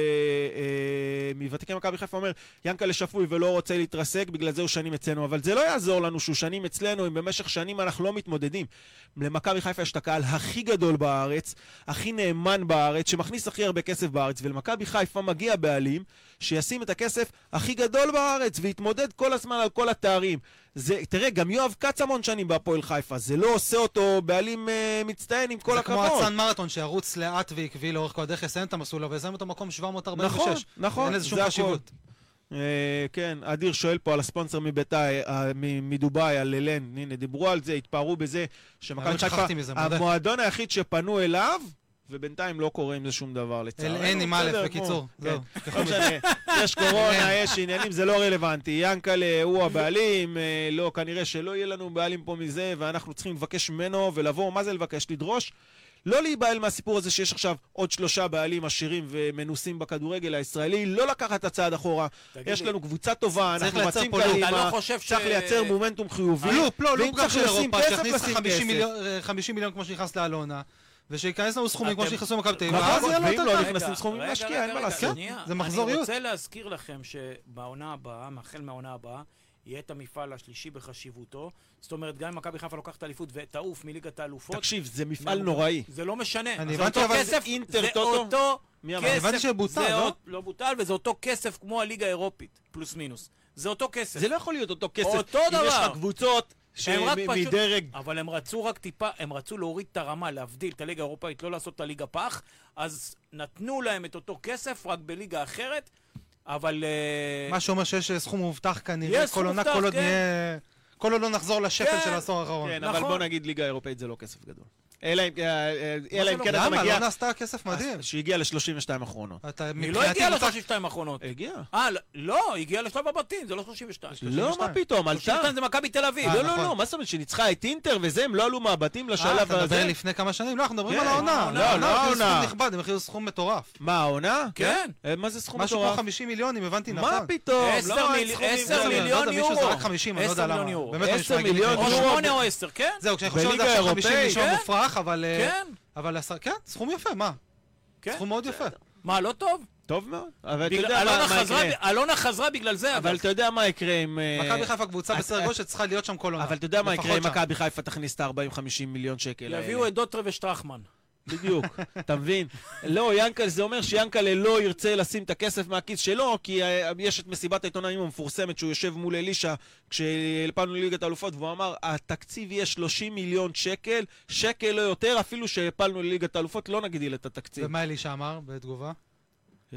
C: אה, מוותיקי מכבי חיפה אומר, ינקלה שפוי ולא רוצה להתרסק, בגלל זה הוא שנים אצלנו, אבל זה לא יעזור לנו שהוא שנים אצלנו, אם במשך שנים אנחנו לא מתמודדים. למכבי חיפה יש את הקהל הכי גדול בארץ, הכי נאמן בארץ, שמכניס הכי הרבה כסף בארץ, ולמכבי חיפה מגיע בעלים שישים את הכסף הכי גדול בארץ, ויתמודד כל הזמן על כל התארים. זה, תראה, גם יואב כץ המון שנים בהפועל חיפה, זה לא עושה אותו בעלים אה, מצטיין עם כל
D: זה
C: הכבוד.
D: כמו אצן מרתון שירוץ לאט ועקבי לאורך כל הדרך, יסיים את המסלול, אבל יסיים אותו מקום 746.
C: נכון, נכון,
D: אין לזה שום
C: זה
D: חשיבות.
C: אה, כן, אדיר שואל פה על הספונסר מביתה, אה, מ- מדובאי, על אלן, הנה, דיברו על זה, התפארו בזה, שמכבי
D: האמת,
C: חיפה,
D: שכחתי מזה, מודה.
C: המועדון היחיד שפנו אליו, ובינתיים לא קורה עם זה שום דבר, לצערנו.
D: אין עם א',
C: בסדר,
D: בקיצור.
C: כמו- כן.
D: זהו.
C: לא משנה, יש קורונה, יש עניינים, זה לא רלוונטי. ינקלה הוא הבעלים, אה, לא, כנראה שלא יהיה לנו בעלים פה מזה, ואנחנו צריכים לבקש ממנו ולבוא, מה זה לבקש? לדרוש? לא להיבהל מהסיפור הזה שיש עכשיו עוד שלושה בעלים עשירים ומנוסים בכדורגל הישראלי, לא לקחת את הצעד אחורה.
B: תגיד
C: יש
B: לי,
C: לנו קבוצה טובה,
D: צריך
C: אנחנו
D: לייצר
C: רצים
D: פה לופ.
C: קדימה,
B: אתה לא חושב ש-
C: צריך לייצר מומנטום חיובי.
D: לופ, לא,
C: ואם
D: לופ גם
C: צריך
D: של
C: לשים
D: אירופה,
C: כסף,
D: שיכניס
C: לשים
D: 50
C: כסף.
D: מיליון- אה, 50 מיליון כמו שנכנס לאלונה, ושייכנס לנו סכומים כמו
B: אתם-
D: שנכנסו למכבי תל אביב,
C: נכון,
D: ואז יהיה לו
C: ואם
D: יותר
C: לא,
D: טוב.
B: רגע,
C: נכנסים סכומים
B: רגע,
C: להשקיע, כן?
B: רגע,
C: אין מה
B: רגע,
C: לעשות.
B: שנייה.
D: זה מחזוריות.
B: אני רוצה להזכיר לכם שבעונה הבאה, החל מהעונה הבאה, יהיה את המפעל השלישי בחשיבותו. זאת אומרת, גם אם מכבי חיפה לוקחת אליפות ותעוף מליגת האלופות,
C: תקשיב, זה מפעל נוראי.
B: זה לא משנה.
D: אני
B: זה
D: הבנתי,
B: אותו
D: אבל זה
B: כסף,
C: אינטר,
B: זה
C: טוטו.
B: אותו
C: מי אמר?
B: כסף.
D: הבנתי שבוטל,
B: זה
D: לא?
B: עוד- לא בוטל, וזה אותו כסף כמו הליגה האירופית, פלוס מינוס. זה אותו כסף.
C: זה לא יכול להיות אותו כסף.
B: אותו
C: אם יש
B: דבר.
C: לך קבוצות
B: הם רק פשוט-
C: שמדרג
B: אבל הם רצו רק טיפה, הם רצו להוריד את הרמה, להבדיל את הליגה האירופאית, לא לעשות את הליגה פח, אז נתנו להם את אותו כסף, רק בליגה אחרת, אבל... אה,
D: מה שאומר שיש אה, סכום מובטח כנראה,
B: יש סכום
D: כל עונה,
B: מובטח,
D: כל עוד
B: כן.
D: נהיה... כל עוד לא נחזור לשפל
B: כן.
D: של העשור האחרון.
C: כן,
B: נכון.
C: אבל בוא נגיד ליגה אירופאית זה לא כסף גדול. אלא אם- אה, אה, אלא
B: זה
C: אם
B: לא?
C: כן אתה
D: למה?
C: מגיע...
D: לא נעשתה כסף מדהים.
C: שהגיע ל-32 האחרונות.
D: אתה
B: היא לא
D: מבחינתי
B: הגיעה
D: מוצא-
B: ל-32 האחרונות.
C: הגיע.
B: אה, לא- לא, היא הגיעה לשלב הבתים, זה לא 32.
C: לא, מה
D: 32.
C: פתאום, עלתה.
B: 32 זה מכבי תל אביב.
D: אה,
C: לא, לא,
D: נכון.
C: לא, מה זאת אומרת, שניצחה את אינטר וזה, הם לא עלו מהבתים
D: אה,
C: לשלב
D: אתה מדבר
C: הזה?
D: לפני כמה שנים? לא, אנחנו מדברים
C: כן.
D: על העונה.
B: העונה,
D: העונה,
C: לא,
D: הם
C: לא
D: הכריזו סכום
C: העונה.
D: נכבד, הם הכריזו סכום מטורף.
C: מה, העונה?
B: כן.
C: אה, מה זה סכום
D: משהו כמו
C: מטורף?
D: 50 מיליון, אם הבנתי נכון.
C: מה פתאום?
B: עשר
C: לא,
B: מיל-
C: סכומים
B: עשר
C: גדולים.
D: לא יודע,
B: מיליון
D: מישהו
B: יורו.
D: זרק 50, אני לא
B: עשר
D: יודע למה.
B: מיליון יורו.
D: באמת לא נשמע
C: עשר
D: הגיוני.
C: מיליון
B: או
C: יורו.
B: שמונה או עשר, כן?
D: זהו, כשאני חושב על
C: בליגה
D: זה עכשיו 50
C: האירופאית,
D: מיליון
B: כן.
D: מופרך, אבל... אה,
B: כן,
D: אבל עשר... כן, סכום יפה, מה?
B: כן.
D: סכום מאוד יפה.
B: מה, לא טוב?
C: טוב מאוד. אבל אתה
B: בגלל-
C: יודע
B: אלונה
C: מה- מה
B: חזרה
C: יקרה.
B: ב- אלונה חזרה בגלל זה,
C: אבל
B: אבל...
C: אתה יודע מה יקרה אם... אה,
D: מכבי חיפה קבוצה
C: אז-
D: בסדר גודל שצריכה להיות שם כל עונה.
C: אבל אתה יודע מה
D: לפחות
C: יקרה אם
D: שם.
C: מכבי חיפה תכניס את ה-40-50 מיליון שקל האלה.
B: יביאו את דוטרה ושטרחמן.
C: בדיוק, אתה מבין? לא, ינקל, זה אומר שיאנקל'ה לא ירצה לשים את הכסף מהכיס שלו, כי אה, יש את מסיבת העיתונאים המפורסמת שהוא יושב מול אלישע כשהלפנו לליגת האלופות, והוא אמר, התקציב יהיה 30 מיליון שקל, שקל לא יותר, אפילו שהפלנו לליגת האלופות, לא נגדיל את התקציב.
D: ומה אלישע אמר בתגובה?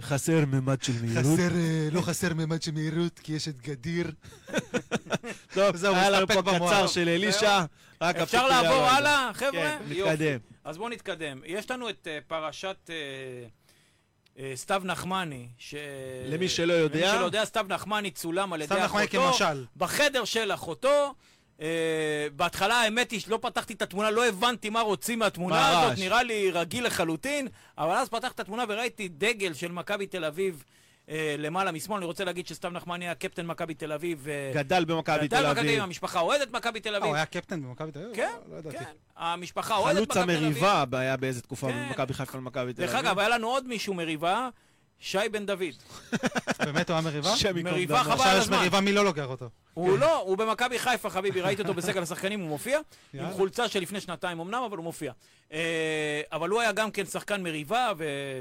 C: חסר ממד של
D: לא חסר ממד של מהירות, כי יש את גדיר.
C: טוב,
D: זהו, הוא
C: היה לנו
D: הסתפק
C: פה
D: במועד.
C: קצר של אלישע. רק
B: אפשר
C: הפיקו
B: לעבור
C: ירד.
B: הלאה, חבר'ה?
C: כן,
B: יופי.
C: נתקדם.
B: אז בואו נתקדם. יש לנו את אה, פרשת אה, אה, סתיו נחמני, ש...
C: למי שלא יודע.
B: למי שלא יודע, סתיו נחמני צולם על ידי
D: סתם
B: אחותו.
D: נחמד כמשל.
B: בחדר של אחותו. אה, בהתחלה האמת היא שלא פתחתי את התמונה, לא הבנתי מה רוצים
C: מה
B: מהתמונה
C: הרעש?
B: הזאת, נראה לי רגיל לחלוטין, אבל אז פתחתי את התמונה וראיתי דגל של מכבי תל אביב אה, למעלה משמאל. אני רוצה להגיד שסתיו נחמני היה קפטן מכבי תל אביב. אה,
C: גדל במכבי
B: גדל
C: תל
B: במכבי
C: אביב. אוקיי.
B: המשפחה אוהדת מכבי תל
D: אה,
B: אביב.
D: הוא היה קפטן במכבי תל אביב?
B: כן,
D: לא ידעתי.
B: כן, המשפחה אוהדת מכבי
C: חלוץ
B: תל אביב.
C: המריבה היה באיזה תקופה
B: כן.
C: במכבי חיפה למכבי תל אביב.
B: דרך אגב, היה לנו עוד מישהו מריבה, שי בן דוד.
C: כן.
D: באמת הוא היה מריבה?
C: השם ייקום
B: מריבה
C: דמו.
B: חבל
D: עכשיו
B: על
D: יש
B: הזמן.
D: מריבה, מי לא לוקח אותו?
B: הוא לא, הוא במכבי חיפה, חביבי, ראיתי אותו בסגל השחקנים, הוא מופיע. עם
D: יאללה.
B: חולצה שלפני שנתיים אמנם, אבל הוא מופיע. אה, אבל הוא היה גם כן שחקן מריבה,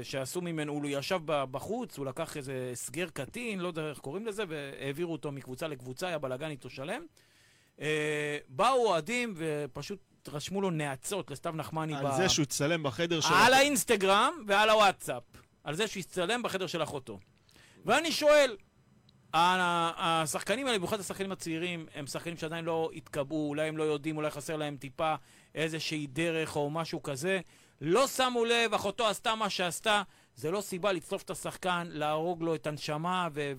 B: שעשו ממנו, הוא ישב ב- בחוץ, הוא לקח איזה הסגר קטין, לא יודע איך קוראים לזה, והעבירו אותו מקבוצה לקבוצה, היה בלאגן איתו שלם. אה, באו אוהדים ופשוט רשמו לו נאצות לסתיו נחמני.
C: על
B: ב-
C: זה שהוא הצטלם בחדר שלו.
B: על האינסטגרם ועל הוואטסאפ. על זה שהוא הצטלם בחדר של אחותו. ואני שואל, ה- השחקנים האלה, במיוחד השחקנים הצעירים, הם שחקנים שעדיין לא התקבעו, אולי הם לא יודעים, אולי חסר להם טיפה איזושהי דרך או משהו כזה. לא שמו לב, אחותו עשתה מה שעשתה. זה לא סיבה לצלוף את השחקן, להרוג לו את הנשמה ו-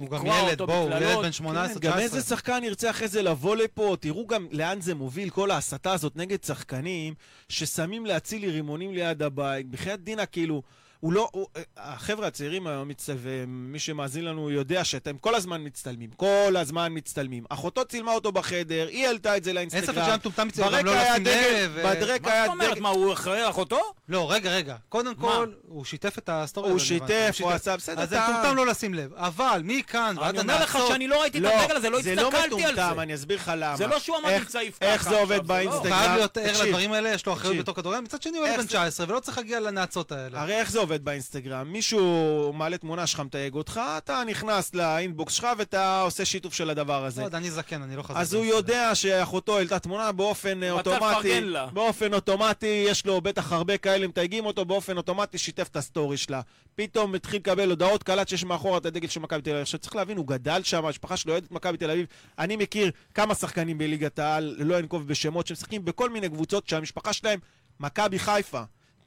D: הוא גם
B: ולקרוע
D: ילד,
B: אותו
D: בואו, הוא ילד
B: בקללות.
D: בן 18,
C: גם איזה
D: 19.
C: שחקן ירצה אחרי זה לבוא לפה, תראו גם לאן זה מוביל, כל ההסתה הזאת נגד שחקנים ששמים להציל רימונים ליד הבית, בחייאת דינה, כאילו, הוא לא, הוא, החבר'ה הצעירים היום, מצ- ומי שמאזין לנו יודע שאתם כל הזמן מצטלמים, כל הזמן מצטלמים. אחותו צילמה אותו בחדר, היא העלתה את זה
D: אין ספק
C: לאינסטגרם.
D: שהיה מטומטם אצלנו גם
C: ברקע
D: לא
C: היה
D: לשים
C: דגל,
D: לב. ו-
C: ברקע
B: אה, מה
C: היה
B: זאת אומרת?
C: דגל.
B: מה, הוא אחרי אחותו?
D: לא, רגע, רגע. קודם
B: מה?
D: כל, הוא שיתף את הסטורי.
C: הוא
D: הזה, אני
C: שיתף,
D: הבנתי.
C: הוא עשה, בסדר,
D: אז זה
C: טעם.
D: מטומטם לא לשים לב. אבל מכאן ועד
B: אני אומר לך
D: הנעצות-
B: שאני לא ראיתי את הדגל הזה, לא הסתכלתי על
C: מטומטם,
B: זה.
C: אני אסביר לך למה.
B: זה לא שהוא עמד
C: איך-
B: עם צעיף ככה.
C: איך זה
B: עכשיו,
C: עובד
B: לא.
D: הוא
C: באינסטגרם?
D: חייב להיות ער
C: תקשיב,
D: לדברים האלה, יש לו אחריות
C: תקשיב.
D: בתור כדורגל, מצד שני הוא ילד
C: איך
D: בן
C: זה-
D: 19 ולא צריך להגיע לנאצות האלה.
C: הרי איך זה עובד באינסטגרם? מישהו מעלה תמונה שלך, מתייג אותך, אתה נכנס לאינבוקס שלך ואתה עושה שיתוף של הדבר
D: לא
C: הזה.
D: יודע, אני זקן, אני לא חזק.
C: אז הוא יודע שאחותו העלתה תמונה באופן אה,
B: הוא רצה
C: אוטומטי.
B: לפרגן לה.
C: באופן אוטומטי, יש לו בטח הרבה כאלה מתייגים אותו, באופן אוטומטי שיתף את הסטורי שלה. פתאום התחיל לקבל הודעות, קלט שיש מאחורה את הדגל של מכבי תל אביב. עכשיו צריך להבין, הוא גדל שם, המשפחה שלו אוהדת מכבי תל אביב. אני מכיר כמה שחקנים בליגת העל, לא אנקוב בשמות, שמשחקים בכל מיני קבוצות שהמשפחה שלהם, מכבי חיפה.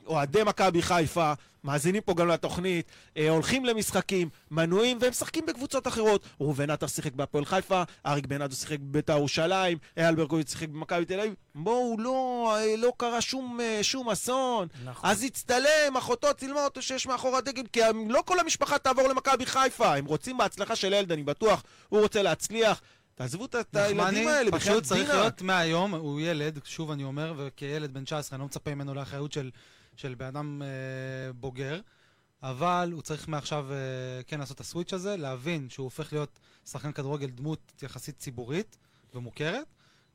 C: אוהדי מכבי חיפה, מאזינים פה גם לתוכנית, אה, הולכים למשחקים, מנויים, והם משחקים בקבוצות אחרות. ראובן עטר שיחק בהפועל חיפה, אריק בנאדו שיחק בבית"ר ירושלים, אייל ברקוביץ שיחק במכבי תל אביב. בואו, לא, אה, לא קרה שום, אה, שום אסון.
B: נכון.
C: אז הצטלם, אחותו צילמה אותו שיש מאחור הדגל, כי הם- לא כל המשפחה תעבור למכבי חיפה. הם רוצים בהצלחה של הילד, אני בטוח. הוא רוצה להצליח. תעזבו את- את הילדים האלה,
D: פשוט
C: בחייאת
D: צריך
C: דינה.
D: להיות מהיום, הוא ילד, שוב אני אומר, וכילד בן 19, אני לא מצפה ממנו לאחריות של, של בן אדם אה, בוגר, אבל הוא צריך מעכשיו אה, כן לעשות את הסוויץ' הזה, להבין שהוא הופך להיות שחקן כדורגל דמות יחסית ציבורית ומוכרת,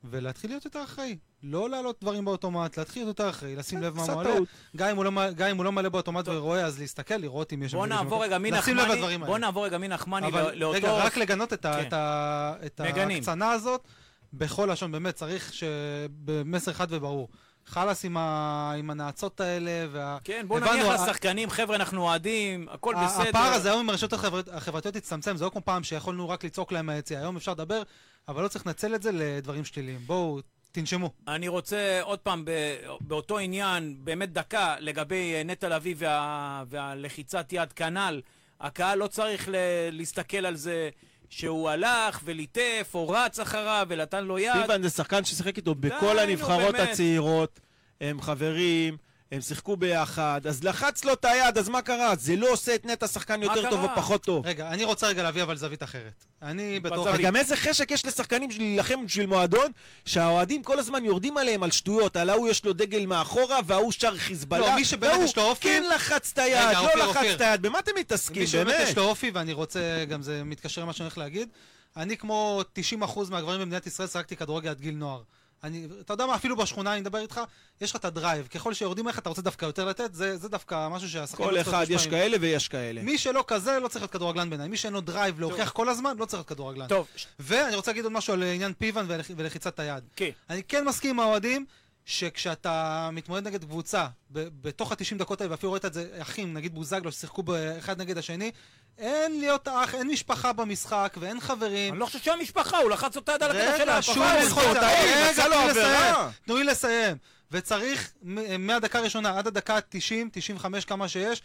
D: ולהתחיל להיות יותר אחראי. לא להעלות דברים באוטומט, להתחיל להיות יותר אחראי, לשים לב מה
C: עשה
D: מועלה.
C: טעות.
D: גם אם הוא לא מ- גם אם הוא לא מלא באוטומט ורואה, אז להסתכל, לראות אם יש...
B: בוא
D: שם מישהו
B: נעבור
D: שמכיר.
B: רגע
D: לשים לב
B: מנחמני,
D: לדברים האלה.
B: בוא נעבור רגע מנחמני
D: אבל
B: לא- לאותו...
D: רגע, רק לגנות את, ה,
B: כן.
D: את, ה, את
B: מגנים.
D: ההקצנה הזאת בכל לשון, באמת, צריך שבמסר חד וברור. חלאס עם, ה, עם הנאצות האלה, וה...
B: כן, בוא
D: הבנו,
B: נניח
D: ה-
B: לשחקנים, חבר'ה, אנחנו אוהדים, הכל
D: ה-
B: בסדר.
D: הפער הזה היום עם הרשתות החברת, החברתיות הצטמצם, זה לא כמו פעם שיכולנו רק לצעוק להם מהיציע, היום אפשר לדבר, אבל לא צריך לנצל את זה לדברים שליליים. בואו, תנשמו.
B: אני רוצה עוד פעם, ב, באותו עניין, באמת דקה, לגבי אה, נטע לביא וה, והלחיצת יד כנ"ל, הקהל לא צריך ל, להסתכל על זה שהוא הלך וליטף או רץ אחריו ונתן לו יד.
C: סטיבן זה שחקן ששיחק איתו
B: די,
C: בכל
B: נו,
C: הנבחרות
B: באמת.
C: הצעירות, הם חברים, הם שיחקו ביחד, אז לחץ לו את היד, אז מה קרה? זה לא עושה את נטע שחקן
B: מה
C: יותר טוב או
B: קרה?
C: פחות טוב.
D: רגע, אני רוצה רגע להביא אבל זווית אחרת. אני בתור...
B: אבל-
C: גם איזה חשק יש לשחקנים של- להילחם בשביל מועדון, שהאוהדים כל הזמן יורדים עליהם על שטויות, על ההוא יש לו דגל מאחורה, וההוא שר חיזבאללה,
D: לא, מי שבאמת
C: והוא
D: יש לו אופי-
C: כן לחץ את היד,
D: רגע, אופיר,
C: לא לחץ
D: אופיר.
C: את היד, במה אתם מתעסקים,
D: מי שבאמת
C: באמת?
D: יש לו אופי, ואני רוצה, גם זה מתקשר למה שאני הולך להגיד, אני כמו 90% מהגברים במדינת ישראל שיחקתי כדורגל עד גיל נוער. אני, אתה יודע מה, אפילו בשכונה, אני מדבר איתך, יש לך את הדרייב, ככל שיורדים עליך אתה רוצה דווקא יותר לתת, זה, זה דווקא משהו שהשחקנים...
C: כל
D: לא צריכים
C: אחד
D: להיות
C: יש
D: מושפעים.
C: כאלה ויש כאלה.
D: מי שלא כזה, לא צריך להיות כדורגלן בעיניי. מי שאין לו דרייב להוכיח כל הזמן, לא צריך להיות כדורגלן.
B: טוב, ש-
D: ואני רוצה להגיד עוד משהו על עניין פיוון ולח- ולחיצת היד.
B: כן.
D: אני כן מסכים עם האוהדים, שכשאתה מתמודד נגד קבוצה, ב- בתוך ה-90 דקות האלה, ואפילו ראית את זה אחים, נגיד בוזגלו, ששיחקו אחד נגד השני, אין להיות אח, אין משפחה במשחק, ואין חברים.
B: אני לא חושב שהמשפחה, הוא לחץ אותה יד על הכתף שלה.
D: רגע,
B: הפחד.
D: שום
B: הוא
D: ללחוץ-
B: ספורטאי.
D: רגע,
C: עשה לו
D: תנו לי
C: עבירה.
D: לסיים, תנו לי לסיים. וצריך מ- מהדקה הראשונה עד הדקה ה-90, 95 כמה שיש,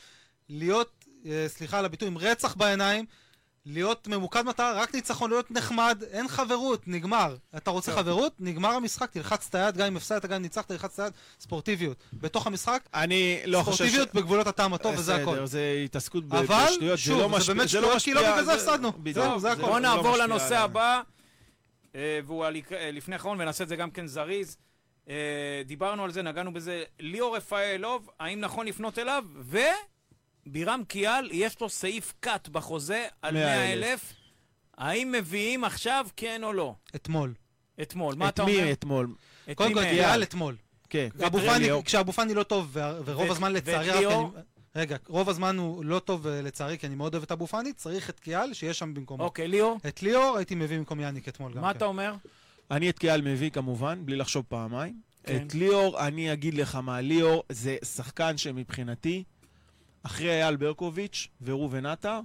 D: להיות, אה, סליחה על הביטוי, עם רצח בעיניים, להיות ממוקד מטרה, רק ניצחון, להיות נחמד, אין חברות, נגמר. אתה רוצה חברות? נגמר המשחק, תלחץ את היד, גם אם הפסדת, גם אם ניצחת, תלחץ את היד, ספורטיביות. בתוך המשחק,
C: אני לא חושב ש... אה,
D: ספורטיביות בגבולות הטעם הטוב וזה הכל.
C: בסדר, זה התעסקות ב-
D: אבל,
C: בשטויות,
D: שוב,
C: זה לא
D: זה
C: משפיע.
D: באמת
C: לא
D: שטויות, כי לא
C: משפיע,
D: בגלל זה
C: זה-
D: הפסדנו.
C: בדיוק,
D: זהו, זה הכל.
C: לא
B: בואו נעבור
C: משפיע
B: לנושא
C: עלינו.
B: הבא, אה, והוא על עיק- אה, לפני האחרון, ונעשה את זה גם כן זריז. אה, דיברנו על זה, נגענו בזה. ליאור רפאלוב, האם נכון לפנות אליו? ובירם קיאל, יש לו סעיף קאט בחוזה על
C: 100,000.
B: 100 אלף. האם מביאים עכשיו, כן או לא?
D: אתמול.
B: אתמול, מה
C: את
B: אתה אומר?
C: מי אתמול?
B: את
D: קודם כל,
B: מי מהם?
D: דיאל אתמול.
C: כן.
D: ואבו פאני,
C: ליאור.
D: כשאבו פאני לא טוב, וה-
B: ואת-
D: ורוב הזמן
B: ואת
D: לצערי, רק
B: ליאור?
D: אני- רגע, רוב הזמן הוא לא טוב אה, לצערי, כי אני מאוד אוהב את אבו פאני, צריך את קיאל שיהיה שם במקומו.
B: אוקיי, ליאור,
D: את ליאור הייתי מביא במקום יאניק אתמול גם.
B: מה
D: כן.
B: אתה אומר?
C: אני את קיאל מביא כמובן, בלי לחשוב פעמיים.
B: כן.
C: את ליאור, אני אגיד לך מה, ליאור זה שחקן שמבחינתי, אחרי אייל ברקוביץ' וראובן עטר,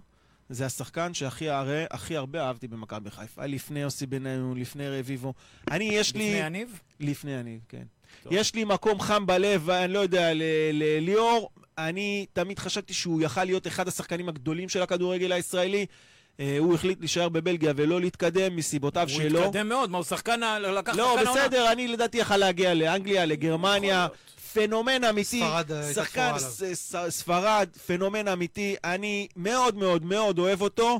C: זה השחקן שהכי הרי- הכי הרבה אהבתי במכבי חיפה. לפני יוסי בניון, לפני רביבו. אני, יש לי...
B: לפני יניב?
C: לפני אני, כן.
B: טוב.
C: טוב. יש לי מקום חם בלב, ואני לא יודע, ל- לליאור, אני תמיד חשבתי שהוא יכל להיות אחד השחקנים הגדולים של הכדורגל הישראלי. אה, הוא החליט להישאר בבלגיה ולא להתקדם מסיבותיו
B: הוא
C: שלו.
B: התקדם מאוד, מה, הוא שחקן, ה- לקח שחקן
C: לא,
B: העונה.
C: בסדר, אני לדעתי יכל להגיע לאנגליה, לגרמניה.
B: יכול
C: פנומן אמיתי,
D: ספרד, אה, הייתה
C: שחקן
D: תפורה
C: ס- ס- ספרד, פנומן אמיתי, אני מאוד מאוד מאוד אוהב אותו,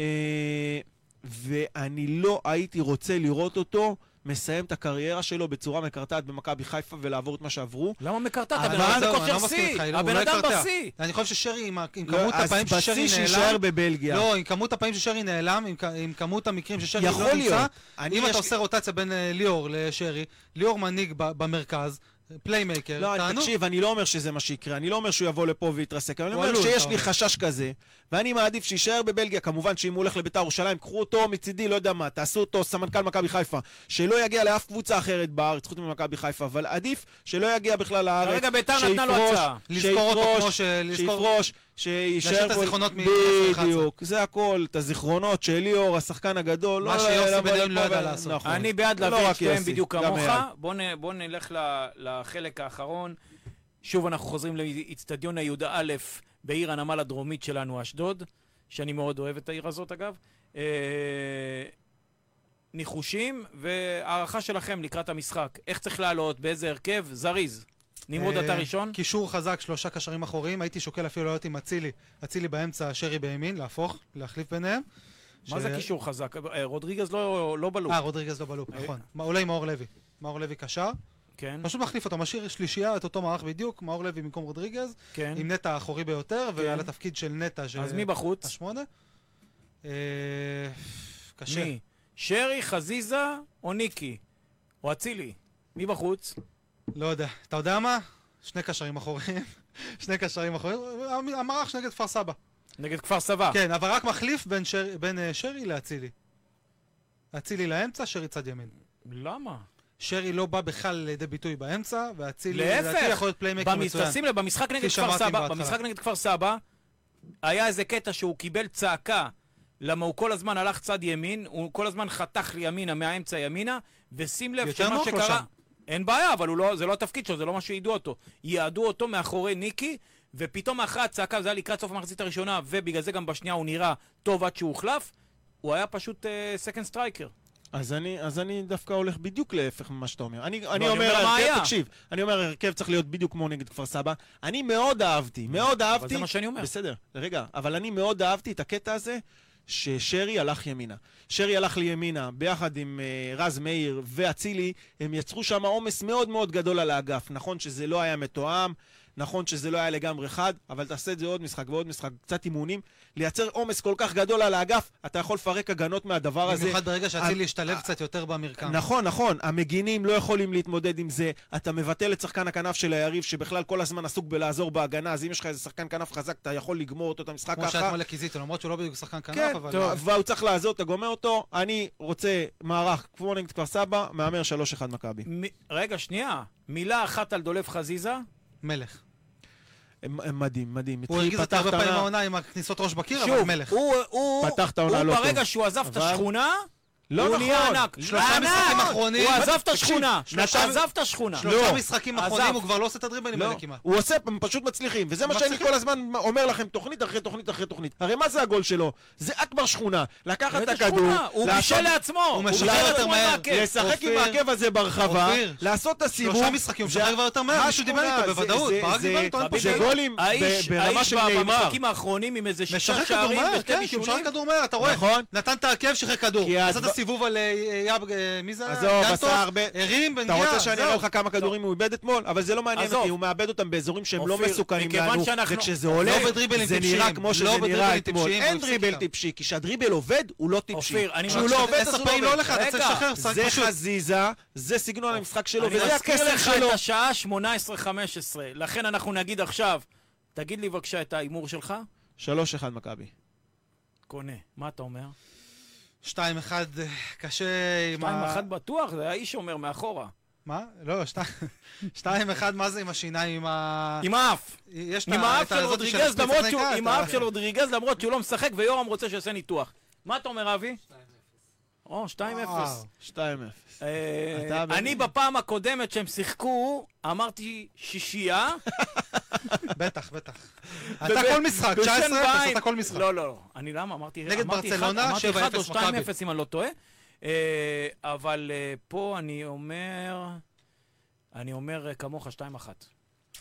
C: אה, ואני לא הייתי רוצה לראות אותו מסיים את הקריירה שלו בצורה מקרטעת במכבי חיפה ולעבור את מה שעברו.
B: למה מקרטט? הבן
C: אבל-
B: אדם
D: זהו, אני
B: בכושר
D: לא מסכים איתך,
B: שיא!
D: הוא
B: הבן
D: לא
B: אדם
D: יקרטע.
B: בשיא!
D: אני חושב ששרי, עם ה- עם כמות הפעמים
C: לא,
D: ששרי
C: אז פצי שיישאר
D: נעלם...
C: בבלגיה.
D: לא, עם כמות הפעמים ששרי נעלם, עם כ- עם כמות המקרים ששרי
C: יכול
D: לא נמצא,
C: להיות. אני
D: אם
C: יש-
D: אתה עושה רוטציה בין אה, ליאור לשרי, ליאור מנהיג ב- במרכז, פליימייקר,
C: לא, אני,
D: תענוג.
C: תקשיב, אני לא אומר שזה מה שיקרה, אני לא אומר שהוא יבוא לפה ויתרסק, אבל אני
D: הוא
C: אומר
D: עלול,
C: שיש
D: אתה
C: לי
D: אומר.
C: חשש כזה, ואני מעדיף שיישאר בבלגיה, כמובן שאם הוא הולך לביתר ירושלים, קחו אותו מצידי, לא יודע מה, תעשו אותו סמנכ"ל מכבי חיפה, שלא יגיע לאף קבוצה אחרת בארץ, חוץ ממכבי חיפה, אבל עדיף שלא יגיע בכלל לארץ,
B: כרגע ביתר נתנה לו
C: שיפרוש,
B: הצעה.
D: לזכור אותו
C: שיפרוש,
D: כמו ש... לזכור-
C: שיפרוש, שיישאר
D: להשאיר את הזיכרונות מ- 11.
C: בדיוק, זה הכל, את הזיכרונות של ליאור, השחקן הגדול.
D: מה
C: לא-
D: שיוסי
C: לא-
D: בן אל לא
C: לא-
D: ידע
C: לא-
D: לעשות.
C: נכון.
B: אני בעד
C: לא
B: להביא
C: רק
B: את שתיהם
C: יוסי,
B: בדיוק
C: גם
B: כמוך.
C: אייל.
B: בוא נ- בוא נלך ל- לחלק האחרון. שוב אנחנו חוזרים לאיצטדיון הי"א בעיר הנמל הדרומית שלנו, אשדוד, שאני מאוד אוהב את העיר הזאת אגב. אה, ניחושים והערכה שלכם לקראת המשחק. איך צריך לעלות, באיזה הרכב, זריז. נמרוד
D: אה,
B: אתה ראשון?
D: קישור חזק, שלושה קשרים אחוריים, הייתי שוקל אפילו לעלות עם אצילי, אצילי באמצע, שרי בימין, להפוך, להחליף ביניהם.
B: מה
D: ש-
B: זה קישור חזק? אה, רודריגז לא לא בלופ,
D: אה, רודריגז לא בלופ,
B: אה.
D: נכון. מה, אולי מאור לוי. מאור לוי קשר,
B: כן?
D: פשוט מחליף אותו, משאיר שלישייה, את אותו מערך בדיוק, מאור לוי במקום רודריגז,
B: כן.
D: עם נטע האחורי ביותר,
B: כן.
D: ועל התפקיד של נטע, ש...
B: אז מי בחוץ?
D: השמונה. אה, קשה.
B: מי? שרי, חזיזה או ניקי? או אצילי? מי בחוץ?
D: לא יודע. אתה יודע מה? שני קשרים אחוריים. שני קשרים אחוריים. המערך נגד כפר סבא.
B: נגד כפר סבא.
D: כן, אבל רק מחליף בין שר- בין, אה, שרי לאצילי. אצילי לאמצע, שרי צד ימין.
B: למה?
D: שרי לא בא בכלל לידי ביטוי באמצע, ואצילי
B: להפך.
D: לדעתי יכול להיות פליימקר
B: במס-
D: מצוין.
B: שים לב, במשחק נגד כפר
D: כפי שאמרתי
B: סבא,
D: בהתחלה.
B: במשחק נגד כפר סבא, היה איזה קטע שהוא קיבל צעקה, למה הוא כל הזמן הלך צד ימין, הוא כל הזמן חתך לימינה מהאמצע ימינה, ושים לב
D: יותר
B: שמה
D: נוח לו
B: שקרה...
D: שם.
B: אין בעיה, אבל הוא לא, זה לא התפקיד שלו, זה לא מה שידעו אותו. יעדו אותו מאחורי ניקי, ופתאום אחרי הצעקה, זה היה לקראת סוף המחצית הראשונה, ובגלל זה גם בשנייה הוא נראה טוב עד שהוא הוחלף, הוא היה פשוט אה, סקנד סטרייקר.
C: אז אני, אז אני דווקא הולך בדיוק להפך ממה שאתה אומר. אני,
B: אני
C: אני אומר,
B: אומר מה היה.
C: ההרכב, תקשיב, אני אומר, ההרכב צריך להיות בדיוק כמו נגד כפר סבא. אני מאוד אהבתי, מאוד אהבתי.
B: אבל זה מה שאני אומר.
C: בסדר, רגע, אבל אני מאוד אהבתי את הקטע הזה ששרי הלך ימינה. שרי הלך לימינה ביחד עם uh, רז מאיר ואצילי, הם יצרו שם עומס מאוד מאוד גדול על האגף. נכון שזה לא היה מתואם, נכון שזה לא היה לגמרי חד, אבל תעשה את זה עוד משחק ועוד משחק, קצת אימונים. לייצר עומס כל כך גדול על האגף, אתה יכול לפרק הגנות מהדבר הזה.
D: במיוחד ברגע שאצילי השתלב קצת יותר במרקם.
C: נכון, נכון. המגינים לא יכולים להתמודד עם זה. אתה מבטל את שחקן הכנף של היריב, שבכלל כל הזמן עסוק בלעזור בהגנה, אז אם יש לך איזה שחקן כנף חזק, אתה יכול לגמור אותו את המשחק
D: כמו שהיה
C: ככה.
D: אתמול לקיזיטו, למרות שהוא לא בדיוק שחקן
C: כן,
D: כנף, אבל... לא.
C: טוב, והוא צריך לעזור, אתה גומר אותו. אני רוצה מערך כמו נגד כפר סבא, מהמר 3-1 מכבי.
B: מ- רגע, שנייה. מילה אחת על דולף חזיזה.
D: מלך.
C: הם- הם מדהים, מדהים.
D: הוא
C: התחיל,
D: הרגיז אותי
C: פתח
D: הרבה
C: את
D: פעמים
C: העונה- לא.
D: העונה עם הכניסות ראש בקיר, אבל
B: שוב,
D: מלך.
B: הוא, הוא,
C: פתח את העונה לא
B: הוא
C: טוב.
B: ברגע שהוא עזב את
C: אבל-
B: השכונה,
C: לא
B: הוא
C: נכון.
B: נהיה ענק.
D: שלושה
B: ענק!
D: משחקים אחרונים-
B: הוא עזב את
C: תקשיב,
B: השכונה.
C: שלושה-
B: עזב את השכונה.
D: שלושה
C: לא.
D: משחקים
B: עזב.
D: אחרונים, הוא כבר לא עושה את הדריבלים
C: לא,
D: האלה כמעט.
C: הוא עושה, הם פשוט מצליחים, וזה מה שאני
D: מצליחים.
C: כל הזמן אומר לכם, תוכנית אחרי תוכנית אחרי תוכנית. הרי מה זה הגול שלו? זה אכבר שכונה. לקחת את
B: איזה
C: הכדור,
B: שכונה? הוא
C: לעשות-
B: בישל לעצמו. הוא
D: משחק
B: בישל
D: יותר
B: לעצמו עם
D: מהר.
B: העקב.
C: לשחק עם
D: כן. אופיר,
C: העקב הזה ברחבה,
D: אופיר,
C: לעשות את הסיבוב.
D: שלושה משחקים, הוא
C: זה-
D: שחרר כבר יותר מהר, מישהו דיבר
C: השכונה,
D: איתו,
C: זה-
D: בוודאות,
C: זה-
D: ברק
C: זה-
D: דיבר איתו, אין פה
C: זה
D: שאלה.
C: גולים ב-
B: האיש,
C: ברמה
B: האיש
C: של
B: ב-
C: נאמר.
B: במשחקים האחרונים עם איזה שישה
D: משחק כדור
B: שערים
D: מהר,
B: ושתי
D: כן, שהוא משחק
B: בישולים.
D: כדור מהר, אתה רואה.
C: נכון.
D: נתן את העקב, שחרר כדור.
C: כי
D: עשה
C: הדבר-
D: את הסיבוב על אה, אה, יאב, אה, מי זה היה?
C: עזוב,
D: גנטוס,
C: עשה הרבה-
D: הרים,
C: אתה
D: בנגיעה,
C: רוצה שאני אראה לך כמה כדורים הוא איבד אתמול? אבל זה לא מעניין
B: עזוב.
C: אותי, הוא מאבד אותם באזורים שהם לא
B: אופיר,
C: מסוכנים
B: מכיוון
C: לנו,
B: שאנחנו-
C: וכשזה
B: לא
C: עולה,
D: בדריבלים
C: זה נראה
D: טיפשיים,
C: כמו
D: לא
C: שזה נראה
D: בדריבלים
C: אתמול.
D: טיפשיים,
C: אין
D: אבל
C: דריבל
D: הפסיק
C: טיפשי, כי כשהדריבל עובד, הוא לא טיפשי.
B: אופיר, אני
C: כשהוא
B: רק-
C: לא עובד, אז
D: עשר
C: הוא לא
D: פעמים לא
C: עובד.
D: לך, אתה צריך
B: רגע,
D: לשחרר, שחק
C: זה
D: פשוט.
C: חזיזה, זה סגנון המשחק שלו,
B: אני
C: וזה
B: מזכיר
C: הכסף
B: לך
C: שלו.
B: את השעה 18:15, לכן אנחנו נגיד עכשיו, תגיד לי בבקשה את ההימור שלך.
C: 3-1 מכבי.
B: קונה. מה אתה אומר?
D: 2-1 אה, קשה עם
B: 2-1
D: ה...
B: בטוח, זה היה איש אומר מאחורה.
D: מה? לא, 2-1 מה זה עם השיניים, עם ה...
B: עם האף.
D: יש את
B: עם
D: ה-
B: האף
D: את
B: של
D: הזאת
B: רודריגז,
D: של
B: למרות
D: לפני
B: שהוא-
D: קאט, אה.
B: עם
D: ה-
B: האף של רודריגז, למרות שהוא לא משחק, ויורם רוצה שיעשה ניתוח. מה אתה אומר, אבי? או, 2-0.
D: וואו.
C: 2-0.
B: אה,
C: אתה
B: אני
C: באמת-
B: בפעם הקודמת שהם שיחקו, אמרתי שישייה,
D: בטח, בטח. אתה כל משחק, 19-0, אתה כל משחק.
B: לא, לא, לא. אני למה? אמרתי...
D: נגד
B: אמרתי אחד-
D: ברצלונה,
B: אמרתי 1 או
D: 7-0 מכבי.
B: 2-0, אם אני לא טועה. אה, אבל אה, פה אני אומר... אני אומר אה, כמוך 2-1.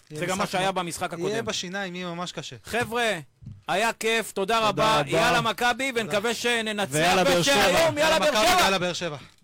B: זה גם מה שהיה במשחק
D: יהיה
B: הקודם.
D: בשיניים, יהיה ממש קשה.
B: חבר'ה, היה כיף, תודה
F: תודה
B: רבה.
F: רבה.
B: יאללה מכבי, ונקווה שננצח.
F: ויאללה, באר שבע.
B: ושהיום, יאללה באר
D: מכבי,
B: שבע.
D: יאללה באר שבע.